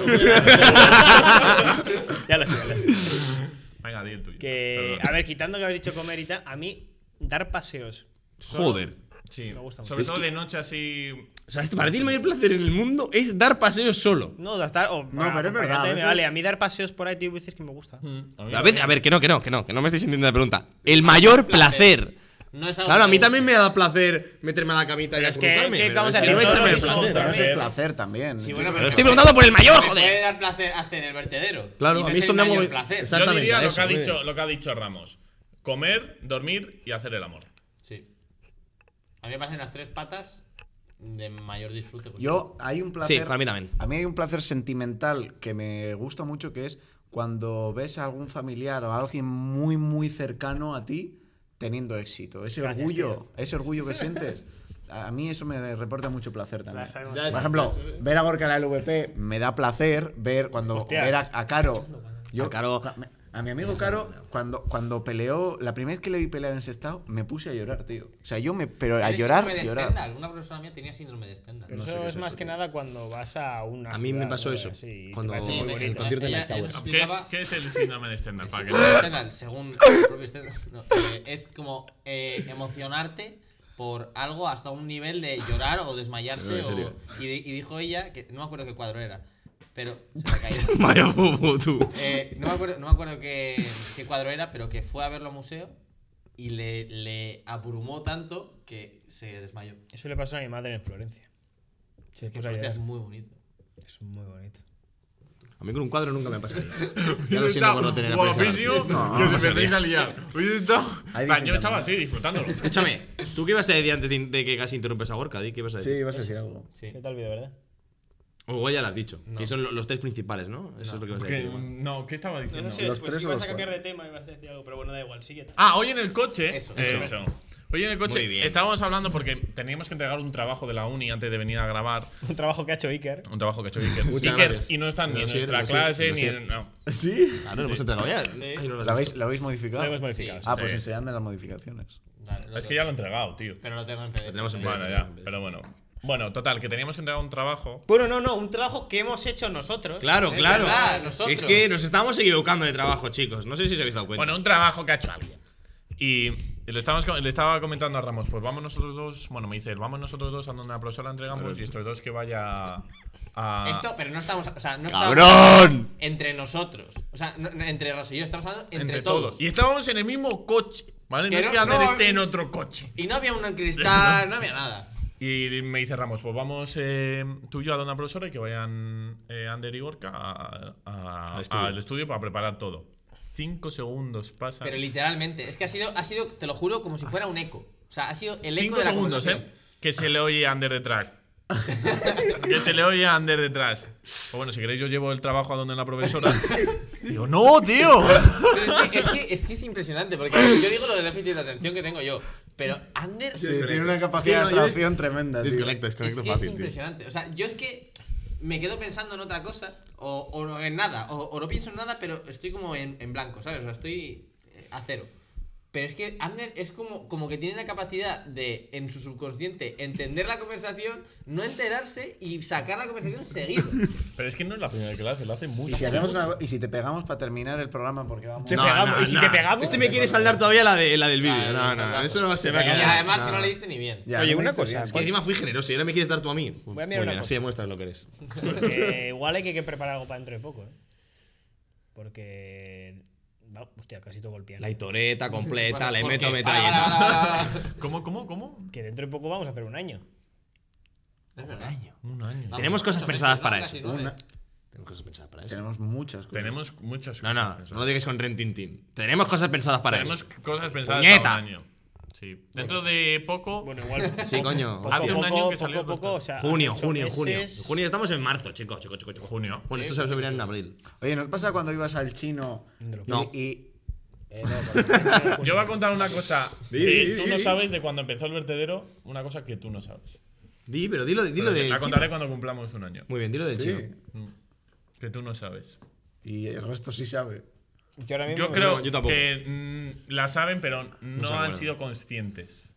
Speaker 6: Ya lo sé, ya lo sé.
Speaker 1: Venga, di el tuyo.
Speaker 6: Que,
Speaker 1: Perdón.
Speaker 6: a ver, quitando que haber dicho comer y tal, a mí dar paseos.
Speaker 2: Joder.
Speaker 1: Sí,
Speaker 6: Me gusta mucho.
Speaker 1: sobre
Speaker 2: Es
Speaker 1: todo
Speaker 2: que-
Speaker 1: de noche así.
Speaker 2: O sea, este- para ti el mayor placer en el mundo es dar paseos solo.
Speaker 6: No, gastar. O, no,
Speaker 5: pero es verdad, a veces-
Speaker 6: Vale, a mí dar paseos por ahí, tío, dices que me gusta.
Speaker 1: Mm.
Speaker 2: A ver, a ver, que no, que no, que no, que no me estáis entendiendo la pregunta. El mayor placer.
Speaker 4: No es algo
Speaker 2: Claro, a mí
Speaker 4: que-
Speaker 2: también me da placer meterme a la camita y
Speaker 6: Pero es que-
Speaker 2: acurrucarme,
Speaker 6: que
Speaker 2: pero
Speaker 6: vamos
Speaker 2: es
Speaker 6: a
Speaker 2: que no
Speaker 6: decir
Speaker 2: es el
Speaker 6: todo lo
Speaker 2: mayor
Speaker 6: mismo,
Speaker 2: placer.
Speaker 5: Pero eso es
Speaker 6: Dormir.
Speaker 5: placer también.
Speaker 4: Sí, bueno,
Speaker 2: Pero estoy preguntando por el mayor,
Speaker 4: Te puede
Speaker 2: joder.
Speaker 4: dar placer hacer el vertedero.
Speaker 2: Claro,
Speaker 4: Y no
Speaker 2: a mí
Speaker 4: es
Speaker 2: esto
Speaker 4: el
Speaker 2: me ha
Speaker 4: mayor
Speaker 2: movido-
Speaker 4: placer.
Speaker 2: Exacto.
Speaker 1: Yo
Speaker 2: Exactamente,
Speaker 1: diría
Speaker 2: a
Speaker 1: lo
Speaker 2: eso,
Speaker 1: que, ha
Speaker 2: muy
Speaker 1: dicho,
Speaker 2: bien.
Speaker 1: lo que ha dicho Ramos: comer, dormir y hacer el amor.
Speaker 4: Sí. A mí me parecen las tres patas de mayor disfrute. pues.
Speaker 5: Yo, hay un placer.
Speaker 2: Sí, para mí también.
Speaker 5: A mí hay un placer sentimental que me gusta mucho, que es cuando ves a algún familiar o a alguien muy, muy cercano a ti, teniendo éxito. Ese
Speaker 6: Gracias,
Speaker 5: orgullo, ese orgullo que sientes. A a mí eso me reporta mucho placer también.
Speaker 6: La sabemos.
Speaker 5: Por ejemplo, ver a Gorka en la LVP me da placer ver cuando
Speaker 6: Hostias.
Speaker 5: ver a, a Caro.
Speaker 2: A Caro-
Speaker 5: a mi amigo Caro, cuando, cuando peleó, la primera vez que le vi pelear en ese estado, me puse a llorar, tío. O sea, yo me. Pero a
Speaker 4: ¿Tienes
Speaker 5: llorar,
Speaker 4: síndrome de
Speaker 5: llorar.
Speaker 4: Stendhal? Una persona mía tenía síndrome de Stendhal.
Speaker 6: Pero
Speaker 5: No sé
Speaker 6: eso
Speaker 5: qué
Speaker 6: es
Speaker 5: es
Speaker 6: más
Speaker 5: eso,
Speaker 6: que
Speaker 5: tío.
Speaker 6: nada cuando vas a una.
Speaker 2: A mí me
Speaker 6: ciudad
Speaker 2: pasó
Speaker 6: nueva,
Speaker 2: eso,
Speaker 6: sí, y te
Speaker 2: cuando-
Speaker 6: parece muy
Speaker 2: en el
Speaker 6: bonito. ¿eh?
Speaker 2: concierto de
Speaker 4: Ella-
Speaker 2: Mike Towers.
Speaker 4: ella
Speaker 1: ¿Qué es,
Speaker 4: explicaba-
Speaker 1: ¿Qué es el síndrome de Stendhal?
Speaker 4: El
Speaker 1: Para que-
Speaker 4: síndrome de Stendhal, según el propio Stendhal, no, eh, es como eh, emocionarte por algo hasta un nivel de llorar o desmayarte.
Speaker 2: No, en
Speaker 4: o-
Speaker 2: serio.
Speaker 4: y, di- y dijo ella, que no me acuerdo qué cuadro era, pero se me ha
Speaker 2: [laughs]
Speaker 4: caído.
Speaker 2: Vaya bobo, tú.
Speaker 4: Eh, no me acuerdo, no me acuerdo qué, qué cuadro era, pero que fue a verlo al museo y le, le abrumó tanto que se desmayó.
Speaker 6: Eso le pasó a mi madre en Florencia. Se
Speaker 4: Es que
Speaker 6: puso a llorar.
Speaker 4: es muy bonito.
Speaker 6: Es muy bonito.
Speaker 2: A mí con un cuadro nunca me [laughs] pasaría. [laughs] Ya lo siento por no tener
Speaker 1: Guapísimo,
Speaker 5: No,
Speaker 1: que
Speaker 5: no
Speaker 1: os
Speaker 5: pasa
Speaker 1: empezáis a liar. Oye, está-
Speaker 5: Ahí
Speaker 1: Plan, Yo
Speaker 5: disfrutando.
Speaker 1: estaba así, disfrutándolo.
Speaker 2: Escúchame, ¿tú qué ibas a decir antes de- de que casi interrumpes a Gorka? Di, ¿Qué ibas a
Speaker 5: Sí,
Speaker 2: decir?
Speaker 5: ibas a decir algo.
Speaker 4: Sí.
Speaker 6: ¿Qué tal video, verdad?
Speaker 2: O igual ya lo has dicho. Que son lo- los tres principales, ¿no? Eso es lo que ibas a
Speaker 1: Que-
Speaker 2: decir. igual.
Speaker 1: No, ¿qué estaba diciendo?
Speaker 5: ¿Los tres o
Speaker 6: ibas
Speaker 5: los
Speaker 6: a cambiar de
Speaker 5: cuatro?
Speaker 6: tema y vas a decir algo, pero bueno, da igual, sigue.
Speaker 1: Ah, hoy en el coche.
Speaker 4: Eso.
Speaker 1: Eso. Hoy en el coche
Speaker 2: Muy bien.
Speaker 1: estábamos hablando porque teníamos que entregar un trabajo de la uni antes de venir a grabar.
Speaker 6: Un trabajo que ha hecho Iker.
Speaker 1: Un trabajo que ha hecho Iker.
Speaker 2: Muchas
Speaker 1: Iker,
Speaker 2: gracias.
Speaker 1: y no están ni en
Speaker 2: Lo siento,
Speaker 1: nuestra
Speaker 2: lo
Speaker 1: clase
Speaker 2: siento, lo
Speaker 1: ni en. No.
Speaker 5: ¿Sí?
Speaker 2: Claro, lo hemos entregado ya. Ay, no lo has
Speaker 5: ¿Lo
Speaker 2: visto.
Speaker 5: habéis, lo habéis modificado?
Speaker 6: Lo hemos modificado.
Speaker 5: Ah, pues
Speaker 1: Sí.
Speaker 5: enseñadme las modificaciones.
Speaker 4: Dale, lo
Speaker 1: Es que
Speaker 4: tengo.
Speaker 1: ya lo he entregado, tío.
Speaker 4: Pero lo tengo en PDF.
Speaker 2: tenemos en
Speaker 1: Bueno,
Speaker 2: PDF.
Speaker 1: ya. Pero bueno. Bueno, total, que teníamos que entregar un trabajo.
Speaker 6: Bueno, no, no, un trabajo que hemos hecho nosotros.
Speaker 2: Claro,
Speaker 4: Es
Speaker 2: claro.
Speaker 4: verdad, nosotros.
Speaker 2: es que nos estamos equivocando de trabajo, chicos. No sé si os habéis dado cuenta.
Speaker 1: Bueno, un trabajo que ha hecho alguien. Y le, estábamos co- le estaba comentando a Ramos, pues vamos nosotros dos. Bueno, me dice, él, vamos nosotros dos a donde la profesora entregamos y estos dos que vaya a.
Speaker 4: Esto, pero no estamos. O sea, no estamos-
Speaker 2: Ah. ¡Cabrón!
Speaker 4: Entre nosotros. O sea, no- no, entre Ross y yo, estamos hablando entre,
Speaker 1: entre, todos.
Speaker 4: todos.
Speaker 1: Y estábamos en el mismo coche, ¿vale? No
Speaker 4: Que
Speaker 1: es
Speaker 4: no-
Speaker 1: que Ander
Speaker 4: no,
Speaker 1: esté en
Speaker 4: y-
Speaker 1: otro coche.
Speaker 4: Y no
Speaker 1: [laughs]
Speaker 4: había un cristal, no había nada.
Speaker 1: Y me dice Ramos, pues vamos eh, tú y yo a Dona Profesora y que vayan eh, Ander y Gorka a- a-
Speaker 2: Al estudio.
Speaker 1: al estudio para preparar todo. Cinco segundos pasan.
Speaker 4: Pero literalmente, es que ha sido, ha sido, te lo juro, como si fuera un eco. O sea, ha sido el eco
Speaker 1: Cinco
Speaker 4: de la
Speaker 1: segundos, ¿eh?
Speaker 4: conversación.
Speaker 1: Que se le oye a Ander
Speaker 4: [laughs]
Speaker 1: detrás. que se le oye a Ander detrás. Pues bueno, si queréis yo llevo el trabajo a donde la
Speaker 4: [laughs]
Speaker 1: profesora. Digo, no, tío.
Speaker 4: Pero es, que, es, que, es que es impresionante, porque yo digo lo del déficit de atención que tengo yo, pero Ander
Speaker 5: Sí,
Speaker 4: es,
Speaker 5: tiene una capacidad
Speaker 2: Sí,
Speaker 5: de
Speaker 2: no, yo-
Speaker 5: abstracción tremenda. tío.
Speaker 2: Desconecto, desconecto
Speaker 4: que es
Speaker 2: fácil, tío.
Speaker 4: impresionante. O sea, yo es que me quedo pensando en otra cosa, o, o no en nada, o, o no pienso en nada, pero estoy como en, en blanco, ¿sabes? O sea, estoy eh, a cero. Pero es que Ander es como, como que tiene la capacidad de, en su subconsciente, entender la conversación, no enterarse y sacar la conversación seguido.
Speaker 1: Pero es que no es la primera vez que lo hace, lo hace mucho.
Speaker 5: Y si, hacemos una- y si te pegamos para terminar el programa porque vamos...
Speaker 6: Te pegamos. ¿Y si te pegamos?
Speaker 2: Este me quiere saldar todavía la, de, la del vídeo.
Speaker 4: Claro,
Speaker 2: No,
Speaker 4: no,
Speaker 2: no,
Speaker 4: no.
Speaker 2: eso no se
Speaker 4: y
Speaker 2: va a quedar.
Speaker 4: además que no
Speaker 2: No.
Speaker 4: le diste ni bien.
Speaker 5: Ya,
Speaker 6: Oye,
Speaker 5: no me
Speaker 6: una
Speaker 5: interesa.
Speaker 6: cosa,
Speaker 2: Que encima fui generoso y ahora me quieres dar tú a mí.
Speaker 6: pues- mirar
Speaker 2: Muy
Speaker 6: una
Speaker 2: bien,
Speaker 6: cosa.
Speaker 2: así demuestras lo que eres.
Speaker 6: Eh, igual hay que, que preparar algo para dentro de poco, ¿eh? Porque. va- hostia, casi todo golpeado.
Speaker 2: La hitoreta completa,
Speaker 4: Bueno,
Speaker 2: le
Speaker 4: ¿por
Speaker 2: meto
Speaker 4: qué?
Speaker 2: metralleta.
Speaker 4: Para, para, para,
Speaker 1: [laughs]
Speaker 4: para, para.
Speaker 1: ¿Cómo, cómo, cómo?
Speaker 6: Que dentro de poco vamos a hacer un año.
Speaker 4: Es verdad.
Speaker 1: Un año.
Speaker 4: Vamos,
Speaker 2: Tenemos cosas
Speaker 4: ocho
Speaker 2: pensadas
Speaker 4: meses,
Speaker 2: para
Speaker 4: ¿no? Casi
Speaker 2: eso.
Speaker 4: nueve.
Speaker 5: Una-
Speaker 2: Tenemos cosas pensadas para eso.
Speaker 5: Tenemos muchas cosas.
Speaker 1: Tenemos muchas
Speaker 2: No, no,
Speaker 1: cosas.
Speaker 2: no lo digas con Rentintín. Tenemos cosas pensadas para
Speaker 1: Tenemos
Speaker 2: eso.
Speaker 1: cosas pensadas
Speaker 2: ¡Puñeta!
Speaker 1: para un año. Sí. Dentro de poco.
Speaker 6: Bueno, igual.
Speaker 2: Sí, coño.
Speaker 6: Poco, a
Speaker 1: Hace
Speaker 6: poco,
Speaker 1: un año que
Speaker 6: poco,
Speaker 1: salió el
Speaker 6: poco,
Speaker 1: podcast.
Speaker 6: o sea,
Speaker 2: Junio,
Speaker 6: ocho
Speaker 2: junio, junio.
Speaker 6: meses.
Speaker 2: Junio estamos en marzo, chicos, chicos, chicos, chicos.
Speaker 1: junio.
Speaker 2: Bueno, esto se subirá en abril.
Speaker 5: Oye, ¿nos pasa cuando ibas al chino y,
Speaker 2: No.
Speaker 5: y-
Speaker 6: Eh,
Speaker 1: Yo voy a contar una cosa
Speaker 2: Di,
Speaker 1: que
Speaker 2: di,
Speaker 1: tú
Speaker 2: di,
Speaker 1: no
Speaker 2: di.
Speaker 1: sabes de cuando empezó el vertedero, una cosa que tú no sabes.
Speaker 2: Di, pero dilo, dilo
Speaker 1: Pero
Speaker 2: de.
Speaker 1: la contaré cuando cumplamos un año.
Speaker 2: Muy bien, dilo de
Speaker 5: Sí.
Speaker 2: chino.
Speaker 1: Que tú no sabes.
Speaker 5: y el resto sí sabe?
Speaker 6: Yo ahora mismo
Speaker 1: Yo creo
Speaker 2: yo tampoco.
Speaker 1: que mm, la saben, pero no,
Speaker 2: se
Speaker 1: han
Speaker 2: acuerdan.
Speaker 1: sido conscientes.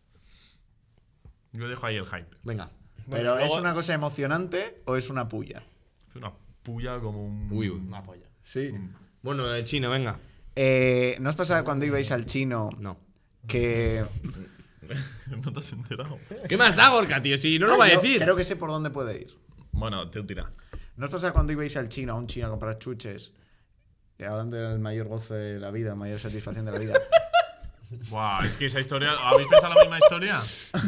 Speaker 1: Yo dejo ahí el hype.
Speaker 2: Venga.
Speaker 5: Pero ¿es
Speaker 6: luego-
Speaker 5: una cosa emocionante o es una puya?
Speaker 1: Es una puya como un.
Speaker 2: Uy, uy.
Speaker 4: Una polla.
Speaker 5: Sí.
Speaker 2: Bueno, el chino, venga.
Speaker 5: Mm. Eh, ¿No os pasaba cuando ibais al chino
Speaker 2: No.
Speaker 5: que...
Speaker 1: [laughs] no te has enterado.
Speaker 2: ¿Qué más da, Gorka, tío? Si no lo va a
Speaker 5: Ah, Yo
Speaker 2: decir.
Speaker 5: Creo que sé por dónde puede ir.
Speaker 1: Bueno, te dirá.
Speaker 5: ¿No os pasaba cuando ibais al chino, a un chino a comprar chuches? Y hablando del mayor gozo de la vida, mayor satisfacción de la
Speaker 2: [laughs]
Speaker 5: vida.
Speaker 1: Buah, es que esa historia. ¿Habéis pensado la misma historia?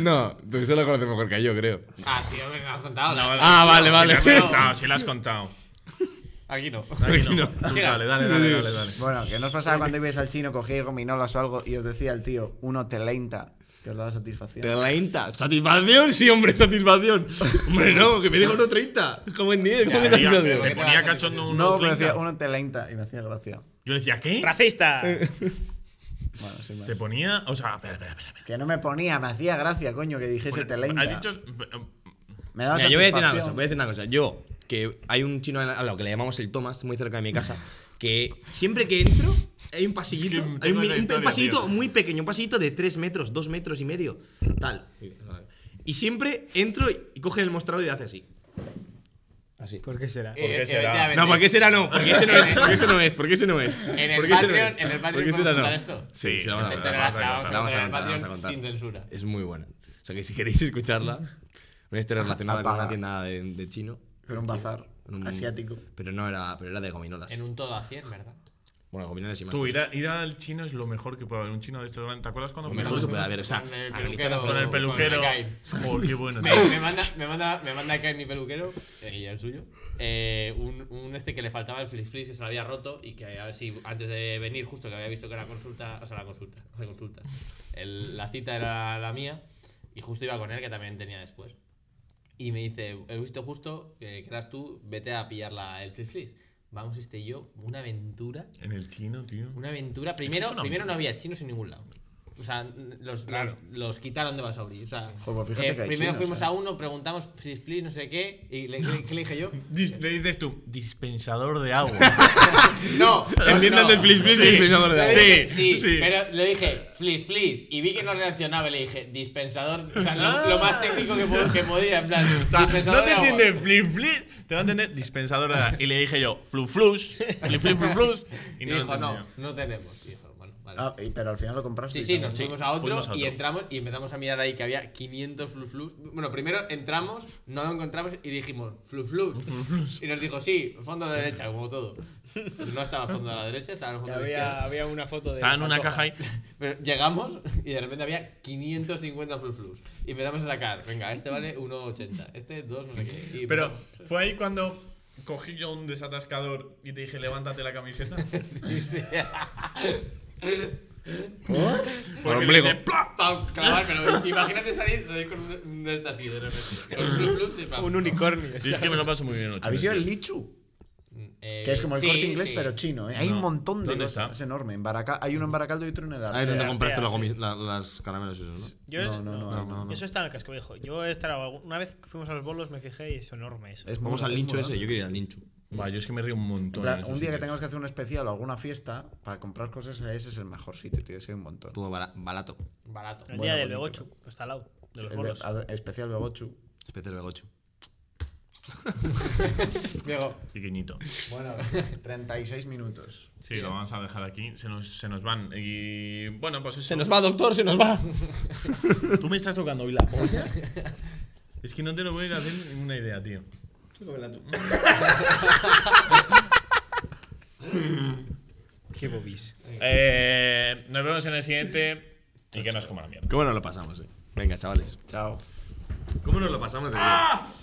Speaker 2: No, tú solo conoces mejor que yo, creo.
Speaker 4: Ah, sí, me lo has contado. la-
Speaker 2: Ah, vale, vale.
Speaker 1: Si la has contado, si la has contado.
Speaker 4: Aquí no.
Speaker 1: Aquí no. Tú
Speaker 4: Siga.
Speaker 1: Dale, dale, dale, dale,
Speaker 2: [laughs]
Speaker 1: dale.
Speaker 5: Bueno, que no os pasaba cuando ibais al chino, cogíais gominolas o algo y os decía el tío, uno te leinta, que os daba satisfacción.
Speaker 2: 30. ¿Satisfacción? Sí, hombre, satisfacción. Hombre, no, que me diga 1.30. ¿Cómo en 10? ¿Cómo
Speaker 1: Ya,
Speaker 2: que
Speaker 1: ya,
Speaker 2: satisfacción?
Speaker 1: Te ponía cachondo un
Speaker 5: No,
Speaker 1: 30.
Speaker 5: pero decía, uno te leinta y me hacía gracia.
Speaker 1: Yo le decía, ¿qué?
Speaker 6: ¡Racista!
Speaker 5: Bueno, sin más.
Speaker 1: Te ponía. O sea, espera, espera, espera.
Speaker 5: Que no me ponía, me hacía gracia, coño, que dijese Telenta.
Speaker 1: Has dicho. eh,
Speaker 5: Me daba
Speaker 2: Mira, yo voy a decir una cosa,
Speaker 5: satisfacción.
Speaker 2: voy a decir una cosa. Yo, que hay un chino a lo que le llamamos el Thomas, muy cerca de mi casa, que siempre que entro, hay un pasillito,
Speaker 1: Es que
Speaker 2: hay un,
Speaker 1: tengo esa
Speaker 2: un- un
Speaker 1: historia,
Speaker 2: pasillito
Speaker 1: tío.
Speaker 2: muy pequeño, un pasillito de 3 metros, 2 metros y medio, tal. Y siempre entro y cogen el mostrador y le hace así. Así.
Speaker 6: ¿Por qué será?
Speaker 1: qué
Speaker 4: Eh,
Speaker 1: será?
Speaker 4: evidentemente,
Speaker 2: No, ¿por qué será no? ¿Por qué ese no es? ¿Por qué ese no es? ¿Por qué ese no es?
Speaker 4: En el
Speaker 2: ¿Por qué ese no
Speaker 4: Patreon-
Speaker 2: es?
Speaker 4: en el Patreon
Speaker 2: ¿Por qué ese
Speaker 4: podemos
Speaker 2: no?
Speaker 4: contar esto.
Speaker 2: Sí, sí, la vamos a
Speaker 1: Esta
Speaker 2: contar,
Speaker 1: la
Speaker 2: la vamos
Speaker 1: vamos
Speaker 2: a
Speaker 1: a
Speaker 2: contar,
Speaker 1: contar.
Speaker 2: la vamos a
Speaker 4: en el
Speaker 2: contar, la vamos a
Speaker 4: Patreon
Speaker 2: contar.
Speaker 4: sin censura.
Speaker 2: Es muy buena. O sea que si
Speaker 5: [laughs]
Speaker 2: queréis escucharla, una historia relacionada con
Speaker 5: Apaga.
Speaker 2: una tienda de, de chino.
Speaker 5: Era un bazar
Speaker 2: en un-
Speaker 5: asiático.
Speaker 2: Pero no era, pero era de gominolas.
Speaker 4: En un todo así, es verdad.
Speaker 2: Bueno, gominolas y más.
Speaker 1: Tú, ir,
Speaker 2: cosas.
Speaker 1: a- ir al chino es lo mejor que puede haber. Un chino de este ¿Te acuerdas cuando
Speaker 2: Lo mejor que
Speaker 1: fuimos?
Speaker 2: puede haber. O sea,
Speaker 4: Con el
Speaker 2: analizar
Speaker 4: peluquero.
Speaker 2: la
Speaker 1: Con el peluquero.
Speaker 4: Con el
Speaker 1: Oh, qué bueno.
Speaker 4: Me,
Speaker 1: tío.
Speaker 4: me manda, me, manda, me manda a caer mi peluquero, eh, y el suyo, eh, un, un este que le faltaba el flis flis que se lo había roto y que a ver si antes de venir, justo que había visto que la consulta, o sea, la consulta, [laughs] la consulta, el- la cita era la mía y justo iba con él que también tenía después. Y me dice, he visto justo que, que eras tú, vete a pillar la, el flis flis. Vamos, este y yo, una aventura
Speaker 1: En el chino, tío.
Speaker 4: una aventura. Primero,
Speaker 1: es una
Speaker 4: primero no
Speaker 1: aventura.
Speaker 4: había chinos en ningún lado. O sea, n- los, los, los quitaron de Basauri. O sea,
Speaker 5: Joder, pues fíjate que hay
Speaker 4: primero
Speaker 5: chinos,
Speaker 4: fuimos
Speaker 5: ¿eh?
Speaker 4: a uno, preguntamos flis flis, no sé qué, y le, le- ¿qué le
Speaker 5: [laughs]
Speaker 4: dije yo? [laughs]
Speaker 1: Dis- le dices tú, dispensador de
Speaker 2: [laughs]
Speaker 1: agua.
Speaker 4: no,
Speaker 2: Entiendan
Speaker 4: no.
Speaker 2: el flis flis
Speaker 1: Sí.
Speaker 2: y dispensador de
Speaker 4: Le
Speaker 2: agua.
Speaker 4: dije-
Speaker 1: Sí,
Speaker 4: sí,
Speaker 1: sí.
Speaker 4: pero le dije flis flis y vi que no reaccionaba y le dije dispensador, o sea, lo, lo más técnico que, po- que podía, en
Speaker 1: [laughs]
Speaker 4: plan,
Speaker 1: O sea,
Speaker 4: dispensador
Speaker 1: no te
Speaker 4: de agua.
Speaker 1: entiende flip flip, te va a entender dispensador de agua. Y le dije yo, flu flus, flip flip flu flus.
Speaker 4: Y
Speaker 1: Y no lo
Speaker 4: dijo, no,
Speaker 1: entendió.
Speaker 4: no tenemos. Y dijo, bueno, vale.
Speaker 5: Ah, y- pero al final lo compraste.
Speaker 4: Sí,
Speaker 5: y
Speaker 4: sí,
Speaker 5: todo.
Speaker 4: nos fuimos a, otro
Speaker 1: fuimos a
Speaker 4: y
Speaker 1: otro.
Speaker 4: entramos y empezamos a mirar ahí que había 500 fluflus. Bueno, primero entramos, no lo encontramos y dijimos, fluflus. y nos dijo, sí, fondo de derecha, como todo. No estaba el fondo de la derecha, estaba el fondo de la
Speaker 6: Había,
Speaker 4: izquierda.
Speaker 6: había una foto de.
Speaker 1: Estaba en una
Speaker 6: Pantoja.
Speaker 1: caja ahí.
Speaker 4: Pero llegamos y de repente había 550 fluflus. Y empezamos a sacar, venga, este vale 1,80, este 2, no sé qué. Y
Speaker 1: Pero fue ahí cuando cogí yo un desatascador y te dije, levántate la
Speaker 2: [laughs]
Speaker 1: camiseta.
Speaker 4: [laughs]
Speaker 2: Por
Speaker 1: Porque le
Speaker 2: ombligo.
Speaker 1: hice, ¡plá!
Speaker 4: Pa- clavar, pero imagínate salir, salir con un, un este así de repente. Con fluflus y pa-
Speaker 6: Un unicornio.
Speaker 1: Y es que me lo paso muy bien. ocho
Speaker 5: ¿Habéis ido
Speaker 1: veces.
Speaker 5: el Lichu?
Speaker 4: Eh,
Speaker 5: Que es como el
Speaker 4: sí,
Speaker 5: corte inglés,
Speaker 4: sí.
Speaker 5: pero chino. ¿eh? Hay un montón de
Speaker 1: ¿Dónde
Speaker 5: cosas.
Speaker 1: está?
Speaker 5: Es enorme. En Baraca- hay uno en Baracaldo y otro en el
Speaker 2: Ahí Ah, es donde
Speaker 5: Artea.
Speaker 2: compraste los
Speaker 6: sí.
Speaker 2: gomis- la- las caramelos esos,
Speaker 6: Yo
Speaker 5: No,
Speaker 6: es-
Speaker 5: no, no, no, no.
Speaker 6: Eso está en el casco viejo. Yo he estado una vez que fuimos a los bolos me fijé y es enorme eso.
Speaker 5: Es
Speaker 2: ¿no?
Speaker 5: muy-
Speaker 2: Vamos al
Speaker 5: es
Speaker 2: lincho
Speaker 5: muy
Speaker 2: ese,
Speaker 5: grande.
Speaker 2: yo quería ir al lincho.
Speaker 1: Va, yo es que me río un
Speaker 5: En
Speaker 1: montón.
Speaker 5: plan,
Speaker 1: en esos
Speaker 5: un día que
Speaker 1: sitios.
Speaker 5: tengamos que hacer un especial o alguna fiesta para comprar cosas, ese es el mejor sitio, tío. Ese hay un montón.
Speaker 2: Todo bara- barato.
Speaker 4: Barato.
Speaker 6: el
Speaker 5: bueno,
Speaker 6: día del
Speaker 5: bonito,
Speaker 6: Begochu, que está al lado de los
Speaker 5: El
Speaker 6: bolos.
Speaker 5: de- a- especial Begochu.
Speaker 2: Especial Begocho.
Speaker 4: Diego,
Speaker 1: Pequeñito.
Speaker 5: [laughs] Bueno, 36 minutos.
Speaker 1: Sí, lo vamos a dejar aquí. Se nos, se nos van. Y bueno, pues eso.
Speaker 2: va, doctor, se nos va.
Speaker 1: Tú me estás tocando hoy la polla. es que no te lo voy a hacer ninguna idea, tío. [laughs]
Speaker 6: Qué bobis.
Speaker 1: Eh, nos vemos en el siguiente. Y que nos coman la mierda.
Speaker 2: Qué bueno lo pasamos, eh. Venga, chavales.
Speaker 5: Chao.
Speaker 2: ¿Cómo nos lo pasamos de bien?